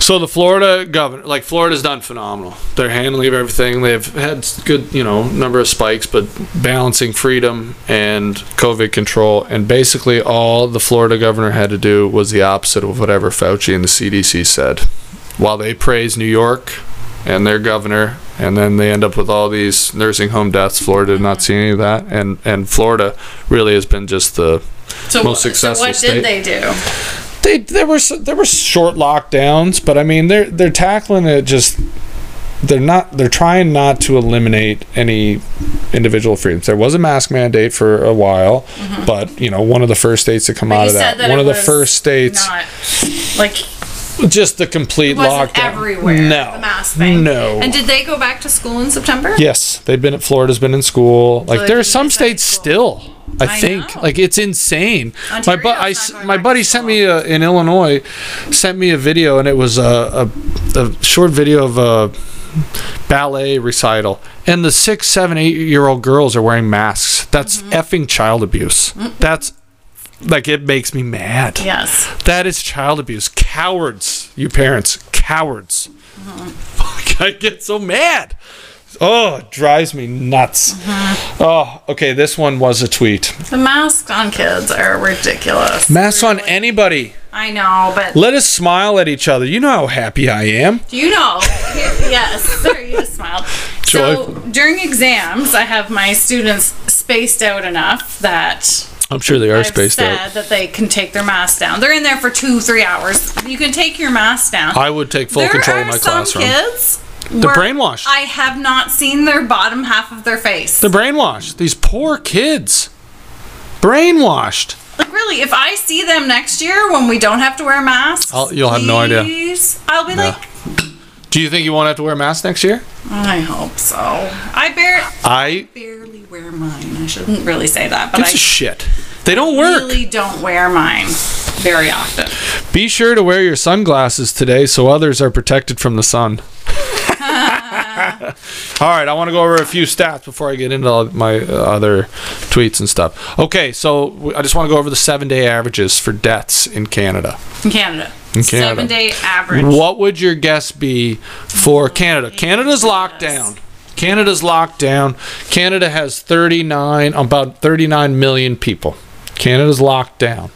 A: So the Florida governor, like Florida's done phenomenal. They're handling everything. They've had s- good, you know, number of spikes, but balancing freedom and COVID control, and basically all the Florida governor had to do was the opposite of whatever Fauci and the CDC said. While they praise New York and their governor, and then they end up with all these nursing home deaths. Florida
B: Mm-hmm.
A: did not see any of that, and and Florida really has been just the
B: so,
A: most
B: so
A: successful
B: what
A: state.
B: did they do?
A: they there were s- there were short lockdowns, but I mean they're they're tackling it just they're not they're trying not to eliminate any individual freedoms. There was a mask mandate for a while, but you know one of the first states to come
B: Mm-hmm. But
A: out
B: you
A: of that,
B: said that
A: one
B: it
A: of the
B: was
A: first states,
B: Not like
A: just the complete
B: it wasn't
A: lockdown
B: everywhere.
A: No,
B: the mask thing.
A: no.
B: And did they go back to school in September?
A: Yes, they've been at Florida's been in school. Like
B: they
A: there are
B: didn't
A: some
B: get back to
A: states
B: school.
A: still. I,
B: I
A: think
B: know.
A: like it's insane. my
B: Ontario's
A: bu- I
B: not
A: s-
B: going
A: my
B: back to
A: buddy sent me a, in Illinois, sent me a video and it was a, a a short video of a ballet recital and the six, seven, eight year old girls are wearing masks. That's
B: Mm-hmm.
A: effing child abuse. That's like it makes me mad.
B: Yes.
A: That is child abuse. Cowards, you parents. Cowards. Fuck, I get so mad. Oh, it drives me nuts.
B: Mm-hmm.
A: Oh, okay, this one was a tweet.
B: The masks on kids are ridiculous.
A: Masks on anybody.
B: I know, but
A: Let us smile at each other. You know how happy I am.
B: Do you know? yes. Sorry, you just smiled. So
A: Joy.
B: during exams, I have my students spaced out enough that
A: I'm sure they are
B: I've said that they can take their mask down. They're in there for two, three hours. You can take your mask down.
A: I would take full
B: there
A: control
B: are
A: of my
B: some
A: classroom.
B: kids.
A: They're brainwashed.
B: I have not seen their bottom half of their face.
A: They're brainwashed. These poor kids. Brainwashed.
B: like really, if I see them next year when we don't have to wear masks,
A: I'll- you'll have no idea.
B: please, I'll be like,
A: Do you think you won't have to wear masks next year?
B: I hope so. I bear,
A: I.
B: barely wear mine. I shouldn't really say that, but
A: It's
B: I
A: a shit. They don't work.
B: really don't wear mine very often.
A: Be sure to wear your sunglasses today so others are protected from the sun. all right, I want to go over a few stats before I get into all my uh, other tweets and stuff. Okay, so w- I just want to go over the seven day averages for deaths in Canada.
B: In Canada.
A: Canada.
B: Seven day average.
A: What would your guess be for Canada? Canada's locked down. Canada's locked down. Canada has 39, about 39 million people. Canada's locked down.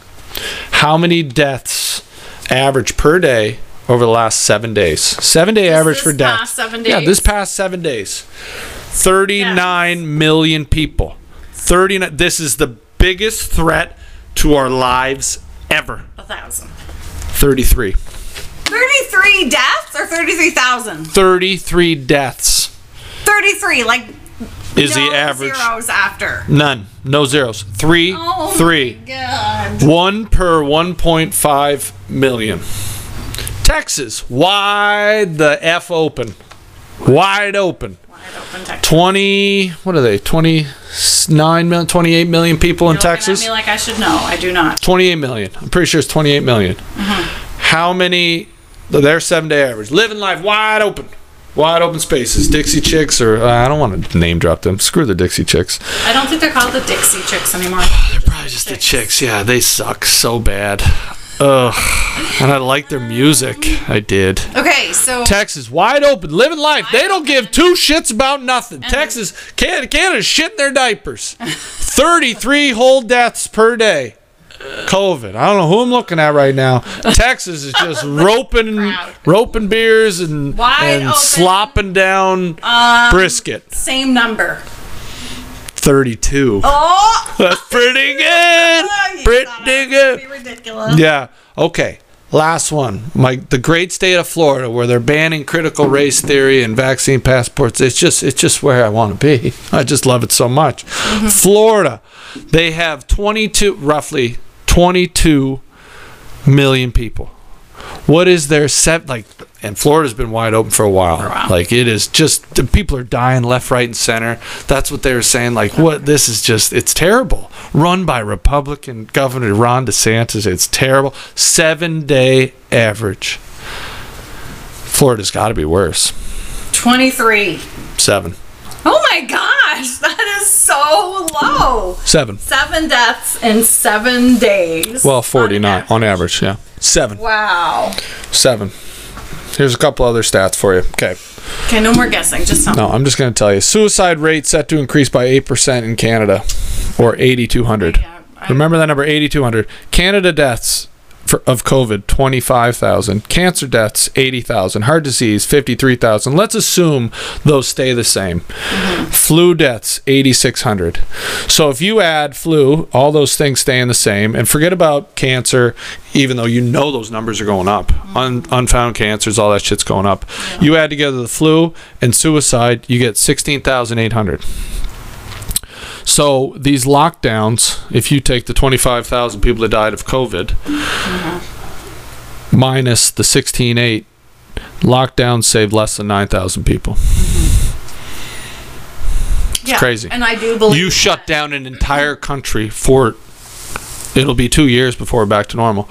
A: How many deaths average per day over the last seven days? Seven day average
B: this
A: for deaths.
B: past seven
A: Yeah,
B: days?
A: this past seven days. Thirty-nine million people. 39. This is the biggest threat to our lives ever.
B: A thousand.
A: 33.
B: 33 deaths or 33,000?
A: 33 deaths.
B: 33, like
A: is
B: no
A: the average.
B: zeros after.
A: None. No zeros. Three,
B: Oh my
A: three.
B: God.
A: One per 1.5 million. Texas, wide the F open. Wide open.
B: in Texas.
A: 20 what are they 29 million 28 million people in
B: You're looking at
A: texas
B: me like I should know. I do not.
A: 28 million i'm pretty sure it's 28 million.
B: Mm-hmm.
A: how many their seven day average living life wide open wide open spaces dixie chicks or uh, i don't want to name drop them screw the dixie chicks
B: I don't think they're called the Dixie Chicks anymore.
A: they're probably just the chicks yeah they suck so bad ugh and i like their music i did
B: Okay, so
A: Texas wide open, living life. They don't give two shits about nothing.
B: Uh-huh.
A: Texas, Canada, Canada shitting their diapers. 33 whole deaths per day. COVID. I don't know who I'm looking at right now. Texas is just roping,
B: Crowd.
A: roping beers and
B: Wide
A: and
B: open. Um,
A: slopping down brisket.
B: same number.
A: 32.
B: Oh,
A: That's pretty good.
B: you thought I
A: Pretty
B: was gonna
A: good.
B: be ridiculous.
A: Yeah. Okay. Last one. My the great state of Florida, where they're banning critical race theory and vaccine passports. It's just it's just where I want to be. I just love it so much. Florida, they have 22 roughly 22 million people. What is their set like? And Florida's been wide open for a while.
B: while.
A: Like it is just the people are dying left, right, and center. That's what they were saying. Like what? This is just it's terrible. Run by Republican Governor Ron DeSantis. It's terrible. Seven day average. Florida's got to be worse.
B: Twenty-three.
A: Seven.
B: Oh my gosh, that is so low.
A: Seven.
B: Seven deaths in seven days.
A: Well, 49 on average. Yeah. Seven.
B: Wow.
A: Seven. Here's a couple other stats for you. Okay.
B: Okay, no more guessing. Just something.
A: No, I'm just going to tell you. Suicide rate set to increase by 8% in Canada or 8,200.
B: Yeah, I-
A: Remember that number, 8,200. Canada deaths for, of COVID, 25,000. Cancer deaths, 80,000. Heart disease, 53,000. Let's assume those stay the same. Flu deaths, 8,600. So if you add flu, all those things staying the same, and forget about cancer, even though you know those numbers are going up. Un- unfound cancers, all that shit's going up. You add together the flu and suicide, you get 16,800. So these lockdowns, if you take the 25,000 people that died of COVID minus the 16.8, lockdowns saved less than 9,000 people.
B: yeah.
A: crazy.
B: And I do believe
A: You shut down an entire country for it'll be 2 years before we're back to normal.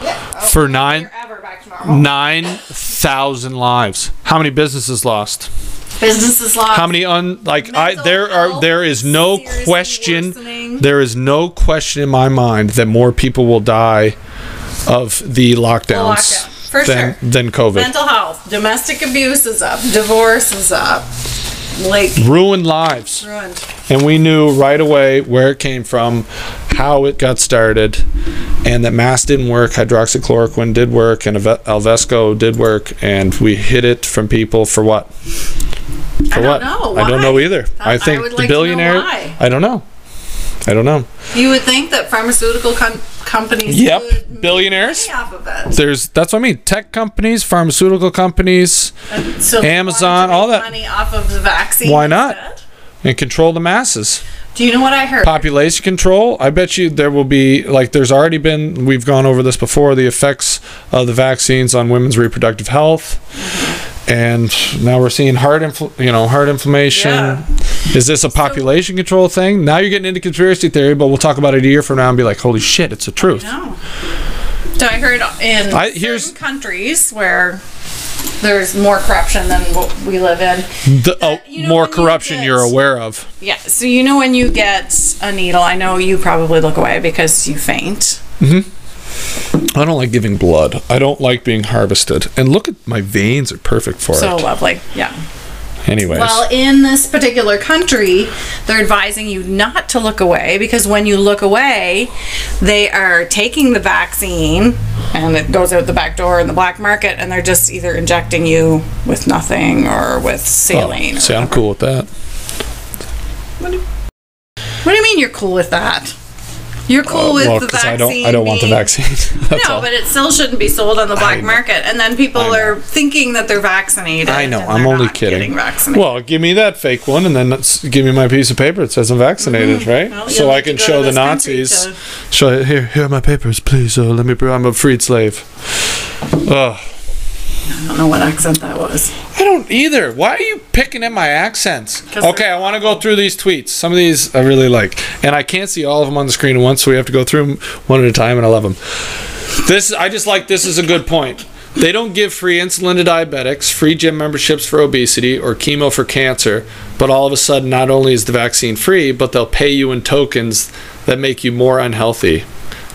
A: For 9
B: you're ever back to normal.
A: 9,000 lives. How many businesses lost?
B: Business is lost.
A: How many un like I
B: Mental
A: there are
B: health
A: there is no
B: seriously
A: question
B: worsening.
A: there is no question in my mind that more people will die of the lockdowns
B: lockdown, for
A: than
B: sure.
A: than COVID.
B: Mental health, domestic abuse is up, divorce is up, like
A: Ruined lives.
B: ruined.
A: And we knew right away where it came from, how it got started, and that mass didn't work, hydroxychloroquine did work, and Alve- Alvesco did work, and we hid it from people for what? For
B: I don't
A: what?
B: know.
A: I don't know
B: Why?
A: either.
B: That- I
A: I think
B: would
A: the
B: like to know
A: billionaire.
B: why.
A: I don't know. I don't know.
B: You would think that pharmaceutical com- companies
A: Yep,
B: would make
A: billionaires.
B: money off of it.
A: There's that's what I mean. Tech companies, pharmaceutical companies,
B: And so they
A: Amazon,
B: wanted to
A: all
B: make
A: that.
B: money off of the vaccine.
A: Why not?
B: instead.
A: and control the masses.
B: Do you know what I heard?
A: Population control. I bet you there will be like there's already been. We've gone over this before. The effects of the vaccines on women's reproductive health, and now we're seeing heart, infl- you know, heart inflammation.
B: Yeah.
A: Is this a population control thing? Now you're getting into conspiracy theory, but we'll talk about it a year from now and be like, holy shit, it's the truth.
B: No. So I heard in
A: I-
B: certain
A: here's-
B: countries where there's more corruption than what we live in.
A: The, oh,
B: you know
A: more
B: when you
A: corruption
B: get-
A: you're aware of.
B: Yeah. So you know when you get a needle, I know you probably look away because you faint.
A: I don't like giving blood. I don't like being harvested. And look at my veins are perfect for
B: So
A: it.
B: lovely. Yeah.
A: Anyways,
B: Well, in this particular country, they're advising you not to look away because when you look away, they are taking the vaccine and it goes out the back door in the black market and they're just either injecting you with nothing or with
A: Oh,
B: saline. or-
A: see, I'm cool with that.
B: What do you mean you're cool with that? You're cool with
A: Uh, well,
B: the
A: because I
B: vaccine.
A: don't, I don't want the
B: being-
A: vaccine. That's
B: No,
A: all.
B: but it still shouldn't be sold on the black market. And then people are thinking that they're vaccinated.
A: I know.
B: and
A: I'm
B: they're
A: only
B: not getting
A: kidding.
B: vaccinated.
A: Well, give me that fake one, and then that's, give me my piece of paper that says I'm vaccinated, right?
B: Mm-hmm. Well,
A: so
B: you'll
A: I
B: have to
A: can
B: go
A: show
B: to
A: the
B: this country
A: Nazis.
B: to-
A: Show here, here are my papers, please. Uh, let me. I'm a freed slave. Ugh.
B: I don't know what accent that was.
A: I don't either. Why are you picking at my accents?
B: 'Cause
A: Okay,
B: they're-
A: I want to go through these tweets. Some of these I really like, and I can't see all of them on the screen at once, so we have to go through them one at a time, and I love them. This I just like. This is a good point. They don't give free insulin to diabetics, free gym memberships for obesity, or chemo for cancer. But all of a sudden, not only is the vaccine free, but they'll pay you in tokens that make you more unhealthy.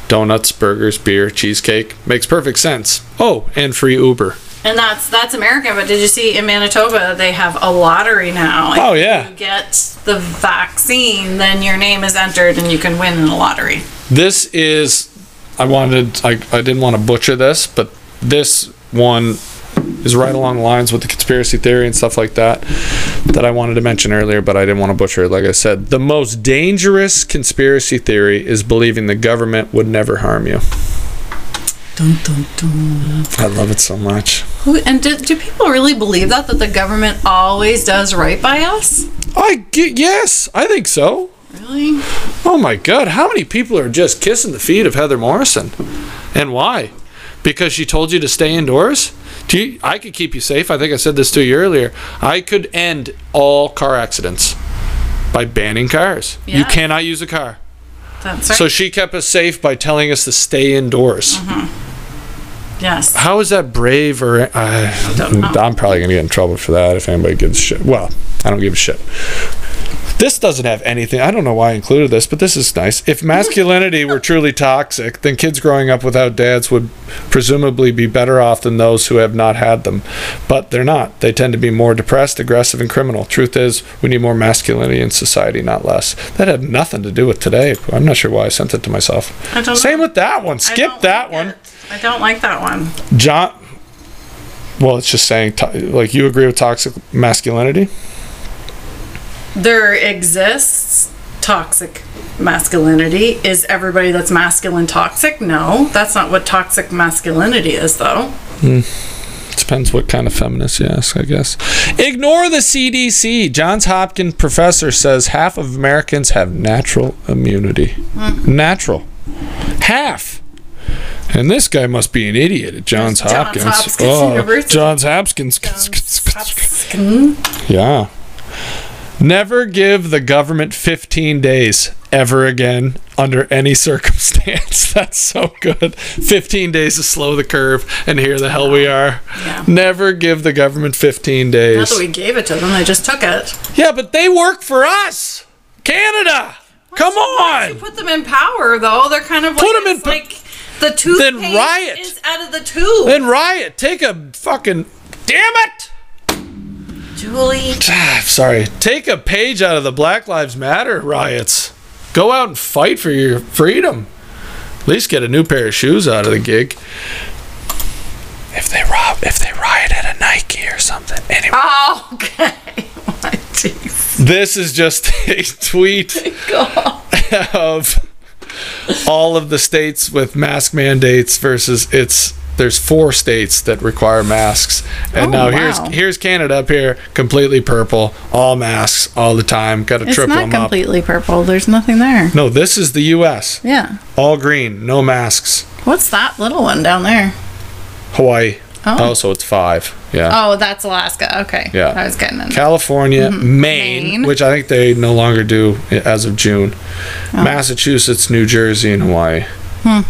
A: Donuts, burgers, beer, cheesecake makes perfect sense. Oh, and free Uber.
B: And that's that's America. But did you see in Manitoba they have a lottery now?
A: Oh,
B: If
A: yeah.
B: You get the vaccine, then your name is entered and you can win in a lottery.
A: this is i wanted i, I didn't want to butcher this but this one is right along the lines with the conspiracy theory and stuff like that that i wanted to mention earlier but i didn't want to butcher it like i said the most dangerous conspiracy theory is believing the government would never harm you
B: Dun, dun, dun.
A: i love it so much
B: Who, and do, do people really believe that that the government always does right by us?
A: i get yes i think so
B: Really?
A: oh my god how many people are just kissing the feet of heather morrison and why because she told you to stay indoors Do you, i could keep you safe i think i said this to you earlier i could end all car accidents by banning cars you
B: Yeah.
A: cannot use a car
B: That's right.
A: so she kept us safe by telling us to stay indoors
B: yes.
A: how is that brave or uh, i'm probably going to get in trouble for that if anybody gives a shit well i don't give a shit this doesn't have anything i don't know why i included this but this is nice if masculinity were truly toxic then kids growing up without dads would presumably be better off than those who have not had them but they're not they tend to be more depressed aggressive and criminal truth is we need more masculinity in society not less that had nothing to do with today i'm not sure why i sent it to myself
B: I don't
A: same
B: know.
A: with that one
B: I
A: skip
B: don't
A: that
B: like
A: one
B: it. I don't like that one.
A: John. Well, it's just saying, to- like, you agree with toxic masculinity?
B: there exists toxic masculinity. Is everybody that's masculine toxic? No, that's not what toxic masculinity is, though.
A: Depends what kind of feminist you ask, I guess. Ignore the CDC. Johns Hopkins professor says half of Americans have natural immunity. Natural. Half. And this guy must be an idiot at Johns
B: Johns
A: Hopkins.
B: Hopkins
A: Oh,
B: University.
A: Johns Hopkins.
B: Toxic-
A: Yeah. Never give the government 15 days ever again under any circumstance. That's so good. 15 days to slow the curve, and here the hell we are.
B: Yeah.
A: Never give the government 15
B: Not that
A: days.
B: we gave it to them, they just took it.
A: Yeah, but they work for us, Canada. Come
B: You
A: on.
B: put them in power, though. They're kind of like,
A: Put 'em in
B: it's
A: po-
B: like the toothpaste
A: riot.
B: is out of the tube.
A: Then riot. Take a fucking. Damn it!
B: Julie,
A: Ah, sorry. Take a page out of the Black Lives Matter riots. Go out and fight for your freedom. At least get a new pair of shoes out of the gig. If they rob, if they riot at a Nike or something. Anyway,
B: oh, okay. My teeth.
A: this is just a tweet of all of the states with mask mandates versus it's. There's four states that require masks, and
B: Oh,
A: now here's
B: wow.
A: here's Canada up here, completely purple, all masks all the time. Got to triple them up.
B: purple. There's nothing there.
A: No, this is the U.S.
B: Yeah.
A: All green, no masks.
B: What's that little one down there?
A: Hawaii.
B: Oh.
A: Oh, so it's five. Yeah.
B: Oh, that's Alaska. Okay.
A: Yeah.
B: I was getting it.
A: California, Maine,
B: Mm-hmm. Maine.
A: which I think they no longer do i- as of June.
B: Oh.
A: Massachusetts, New Jersey, and Hawaii.
B: Hmm.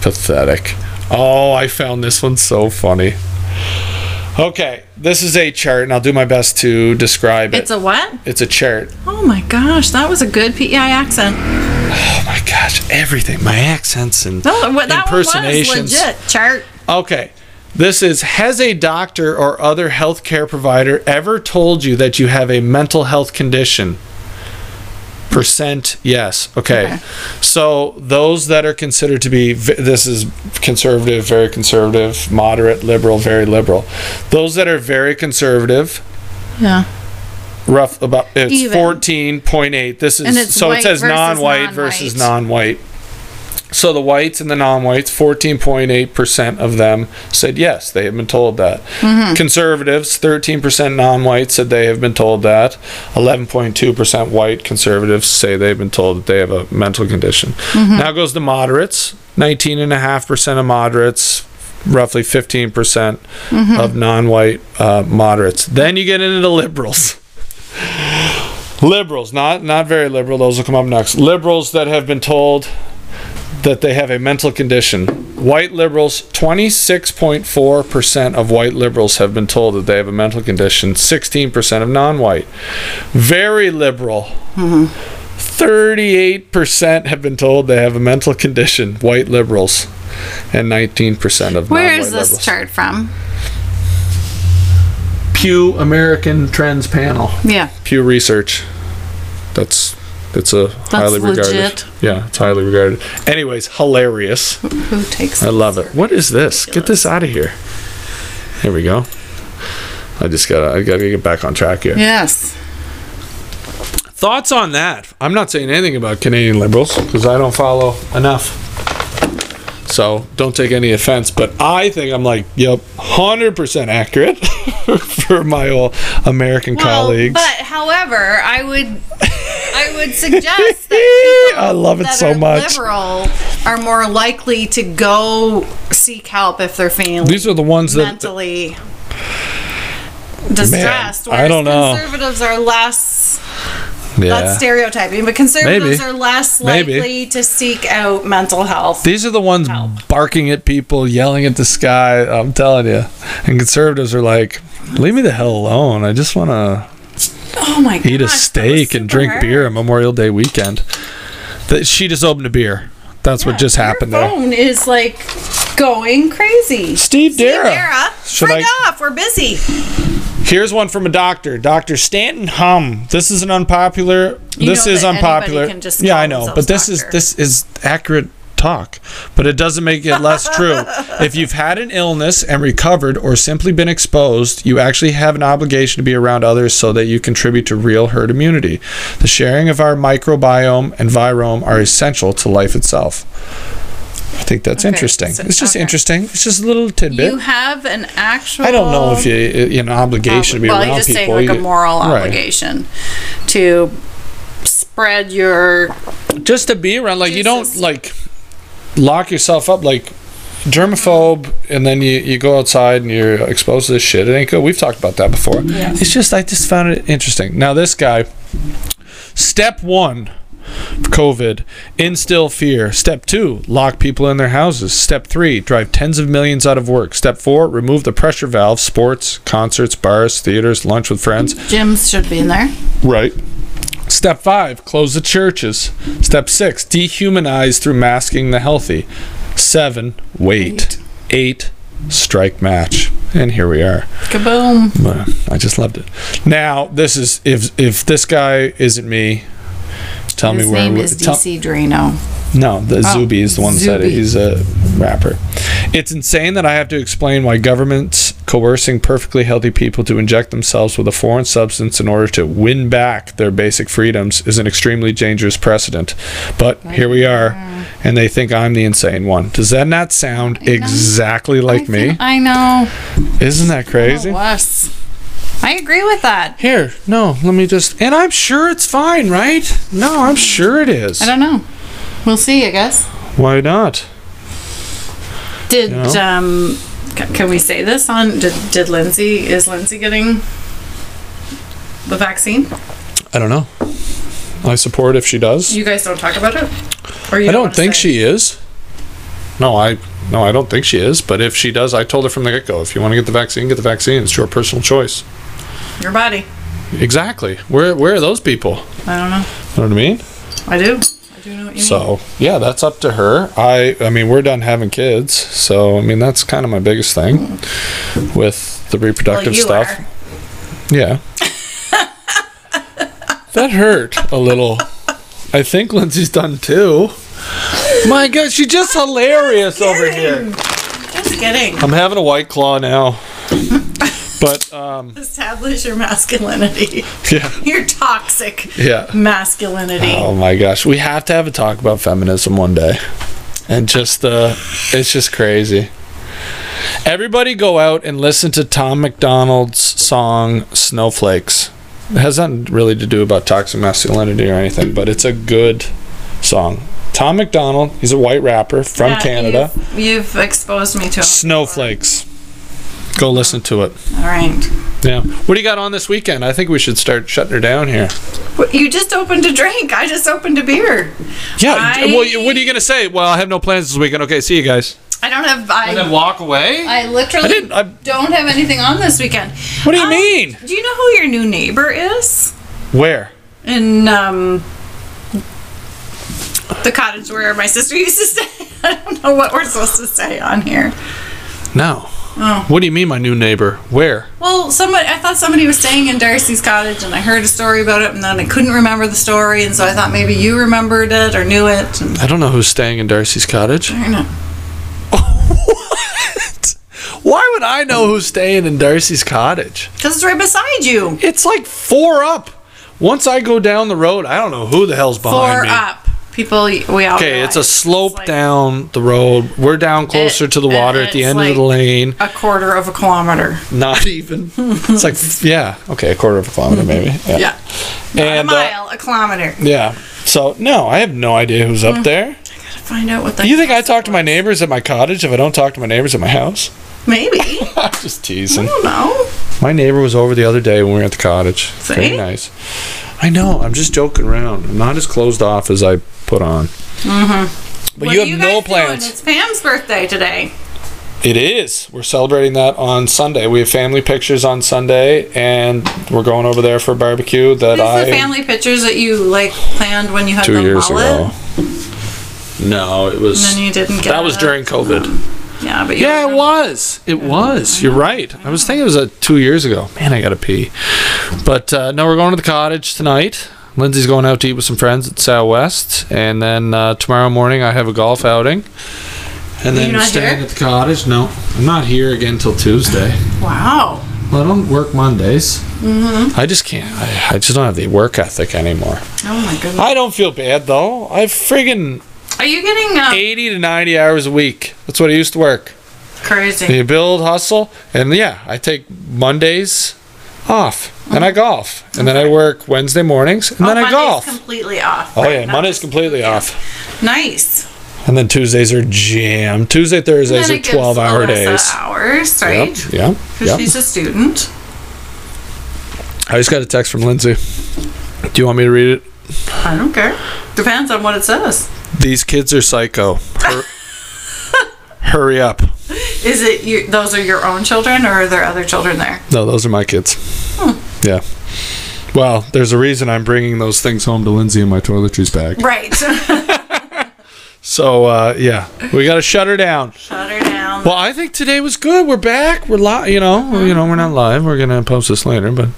A: Pathetic. Oh, I found this one so funny. Okay, this is a chart, and I'll do my best to describe it.
B: It's a what?
A: it's a chart.
B: Oh my gosh, that was a good PEI accent.
A: Oh my gosh, everything. My accents and
B: No, what, that one was
A: impersonations.
B: legit. Chart.
A: Okay. This is Has a doctor or other healthcare provider ever told you that you have a mental health condition? Percent yes. Okay.
B: Okay.
A: So those that are considered to be, v- this is conservative, very conservative, moderate, liberal, very liberal. Those that are very conservative,
B: Yeah.
A: rough about it's
B: Even.
A: 14.8 this is
B: And it's
A: so it
B: white
A: says
B: versus
A: non-white
B: non-white.
A: versus non-white so the whites and the non-whites 14.8% of them said yes they have been told that
B: Mm-hmm.
A: conservatives 13% non-whites said they have been told that 11.2% white conservatives say they've been told that they have
B: Mm-hmm.
A: a mental condition now goes the moderates 19.5% of moderates roughly 15% percent
B: Mm-hmm.
A: of non-white uh, moderates. Then you get into the liberals. liberals, not not very liberal. Those will come up next. Liberals that have been told that they have a mental condition. White liberals, 26.4% of white liberals have been told that they have a mental condition. 16% of non-white. Very liberal. 38% have been told they have a mental condition, white liberals, and 19% of
B: Where
A: non-white
B: is this
A: liberals.
B: chart from?
A: Pew American Trends Panel.
B: Yeah.
A: Pew Research. That's it's a highly regarded.
B: legit.
A: Yeah, it's highly regarded. Anyways, hilarious.
B: Who takes
A: I love it. What is this? Get this out of here. Here we go. I just gotta I gotta get back on track here.
B: Yes.
A: Thoughts on that? I'm not saying anything about Canadian liberals because I don't follow enough. So don't take any offense, but I think I'm like, yep, 100% accurate for my old American colleagues.
B: Well, but however, I would I would suggest that
A: I love it
B: that
A: so
B: are
A: much.
B: liberal are more likely to go seek help if they're feeling
A: These are the ones that
B: mentally distressed.
A: I don't know.
B: whereas Conservatives are less.
A: yeah.
B: That's stereotyping, but conservatives
A: Maybe.
B: are less
A: Maybe.
B: likely to seek out mental health.
A: These are the ones barking at people, yelling at the sky. I'm telling you. And conservatives are like, leave me the hell alone. I just want to
B: oh my god!
A: eat a steak and drink beer on Memorial Day weekend. That she just opened a beer. That's what just happened
B: Your
A: there.
B: phone is like going crazy.
A: Steve Dara.
B: Dara,
A: Should
B: break
A: I-
B: off. We're busy.
A: Here's one from a doctor, Dr. Stanton Hum. This is an unpopular.
B: You
A: this
B: know
A: is
B: that anybody
A: unpopular.
B: can just
A: yeah,
B: call
A: I know, but
B: themselves
A: this
B: doctor.
A: is this is accurate talk, but it doesn't make it less true. If you've had an illness and recovered or simply been exposed, you actually have an obligation to be around others so that you contribute to real herd immunity. The sharing of our microbiome and virome are essential to life itself. I think that's
B: Okay,
A: interesting.
B: so-
A: it's just
B: okay.
A: interesting. It's just a little tidbit.
B: You have an actual.
A: I don't know if you you an obligation to be
B: well,
A: around
B: you're just
A: people.
B: saying like
A: You-
B: a moral
A: right.
B: obligation to spread your.
A: Just to be around, like you don't
B: Jesus.
A: like lock yourself up like germaphobe, and then you you go outside and you're exposed to this shit. It ain't good. We've talked about that before.
B: Yes.
A: It's just I just found it interesting. Now this guy, step one. COVID, instill fear. Step two, lock people in their houses. Step three, drive tens of millions out of work. Step four, remove the pressure valve, sports, concerts, bars, theaters, lunch with friends.
B: Gyms should be in there.
A: Right. Step five, close the churches. Step six, dehumanize through masking the healthy. Seven, wait. Eight, strike match. And here we are.
B: Kaboom!
A: Uh, I just loved it. Now, this is if if this guy isn't me, tell
B: His
A: me where.
B: name
A: we-
B: is
A: tell-
B: DC Drano.
A: no, the Zuby is the one that said it.
B: Ah, Zuby.
A: He's a rapper. It's insane that I have to explain why governments coercing perfectly healthy people to inject themselves with a foreign substance in order to win back their basic freedoms is an extremely dangerous precedent. But here we are, and they think I'm the insane one. Does that not sound exactly like me?
B: I know.
A: Isn't that crazy?
B: Wes. I agree with that.
A: Here, no, let me just. And I'm sure it's fine, right? No, I'm sure it is.
B: I don't know. We'll see. I guess.
A: Why not?
B: Did
A: know?
B: um, ca- can we say this on? Did did Lindsay is Lindsay getting the vaccine?
A: I don't know. I support if she does.
B: You guys don't talk about it. Or you
A: I don't
B: wanna
A: think
B: say?
A: she is. No, I no, I don't think she is. But if she does, I told her from the get go, if you want to get the vaccine, get the vaccine. It's your personal choice.
B: Your body.
A: Exactly. Where where are those people?
B: I don't know.
A: You know what I mean?
B: I do. I do know what you mean.
A: So yeah, that's up to her. I I mean, we're done having kids, so I mean that's kind of my biggest thing with the
B: Well,
A: reproductive
B: you
A: stuff.
B: are.
A: Yeah. that hurt a little. I think Lindsay's done too. My God, she's just hilarious over here.
B: Just kidding.
A: I'm having a white claw now. But um
B: Establish your masculinity.
A: yeah.
B: Your toxic
A: Yeah.
B: masculinity.
A: Oh my gosh. We have to have a talk about feminism one day. And just uh it's just crazy. Everybody go out and listen to Tom McDonald's song Snowflakes. It has nothing really to do about toxic masculinity or anything, but it's a good song. Tom McDonald, he's a white rapper from
B: Yeah,
A: Canada.
B: You've, you've exposed me to him.
A: Snowflakes. Go listen to it.
B: All right.
A: Yeah. What do you got on this weekend? I think we should start shutting her down here.
B: But You just opened a drink. I just opened a beer.
A: Yeah.
B: I-
A: Well, you- what are you going to say? Well, I have no plans this weekend. Okay, see you guys.
B: I don't have. I,
A: And then walk away?
B: I
A: I
B: literally
A: didn't- I-
B: don't have anything on this weekend.
A: What do you
B: Um,
A: mean?
B: Do you know who your new neighbor is?
A: Where?
B: In um, the cottage where my sister used to stay. I don't know what we're supposed to say on here.
A: No.
B: Oh.
A: What do you mean, my new neighbor? Where?
B: Well, somebody I thought somebody was staying in Darcy's cottage, and I heard a story about it, and then I couldn't remember the story, and so I thought maybe you remembered it or knew it. And
A: I don't know who's staying in Darcy's cottage.
B: I don't know.
A: what? Why would I know who's staying in Darcy's cottage?
B: Because it's right beside you.
A: It's like four up. Once I go down the road, Oh, I don't know who the hell's behind
B: Four
A: me.
B: up. People, we all
A: Okay, it's a
B: realize
A: slope
B: it's like
A: down the road. We're down closer to the
B: it-
A: water at the
B: it's
A: end of the
B: like-
A: lane.
B: a quarter of a kilometer.
A: Not even. It's like yeah, okay, a quarter of a kilometer maybe. Yeah.
B: Yeah.
A: And
B: a
A: uh,
B: mile, a kilometer.
A: yeah. So no, I have no idea who's
B: Mm.
A: up there.
B: Find out what that.
A: You think I talk to my neighbors at my cottage if I don't talk to my neighbors at my house?
B: Maybe.
A: I'm just teasing.
B: I don't know.
A: My neighbor was over the other day when we were at the cottage.
B: Mm-hmm. See?
A: Very nice. I know. I'm just joking around. I'm not as closed off as I put on. Mm-hmm. But
B: What
A: you
B: are
A: have no
B: guys doing?
A: plans.
B: It's Pam's birthday today.
A: It is. We're celebrating that on Sunday. We have family pictures on Sunday, and we're going over there for a barbecue that
B: These are
A: I
B: family pictures that you like planned when you had
A: two
B: the
A: years
B: mullet,
A: ago. No, it was.
B: and then you didn't get.
A: that was
B: it.
A: during COVID.
B: Yeah, but you
A: Yeah, it
B: remember-
A: was. It was. You're right. I was thinking it was uh, two years ago. Man, I gotta pee. But uh, no, we're going to the cottage tonight. Lindsay's going out to eat with some friends at Sal West, and then uh, tomorrow morning I have a golf outing. And then
B: you not
A: staying
B: here?
A: at the cottage. No, I'm not here again till Tuesday.
B: Wow.
A: Well, I don't work Mondays.
B: Mm-hmm.
A: I just can't. I, I just don't have the work ethic anymore.
B: Oh my goodness.
A: I don't feel bad though. I friggin'
B: Are you getting um,
A: 80 to 90 hours a week. That's what I used to work.
B: crazy?
A: You build, hustle, and yeah, I take Mondays off and I golf, and then I work Wednesday mornings, and then I
B: Uh-huh. Oh,
A: golf.
B: Monday's completely off.
A: oh
B: right?
A: yeah,
B: Not
A: Monday's
B: just-
A: completely off,
B: Nice.
A: and then Tuesdays are jam. Tuesday, Thursdays
B: Then
A: are
B: it gives
A: 12 hour
B: Alyssa
A: days.
B: Hours,
A: Yep,
B: right?
A: yep,
B: Because
A: yep.
B: she's a student.
A: I just got a text from Lindsay. Do you want me to read it?
B: I don't care. Depends on what it says.
A: These kids are psycho. Hur- hurry up.
B: Is it you, those are your own children, or are there other children there?
A: No, those are my kids. Yeah. Well, there's a reason I'm bringing those things home to Lindsay in my toiletries bag.
B: Right. Shut
A: So, uh, yeah, we got to shut her down.
B: her down.
A: Well, I think today was good. We're back. We're live. You know, you know, we're not live. We're gonna post this later, but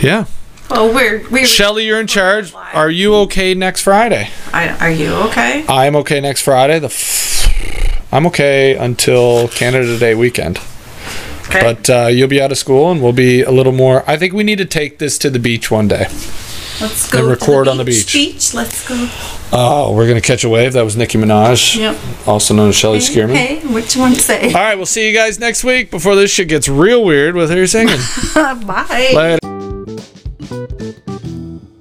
A: yeah.
B: Well, we're we.
A: Shelly, you're in charge. Are you okay next Friday?
B: I, are you okay?
A: I'm okay next Friday. The f- I'm okay until Canada Day weekend.
B: Okay.
A: But uh, you'll be out of school, and we'll be a little more. I think we need to take this to the beach one day.
B: Let's go
A: and
B: to
A: record on the
B: Beach, beach, let's go.
A: Oh, we're gonna catch a wave. That was Nicki Minaj,
B: Yep.
A: also known as Shelly Skierman.
B: Okay. Which one say?
A: All right, we'll see you guys next week before this shit gets real weird with her singing.
B: Bye.
A: Later.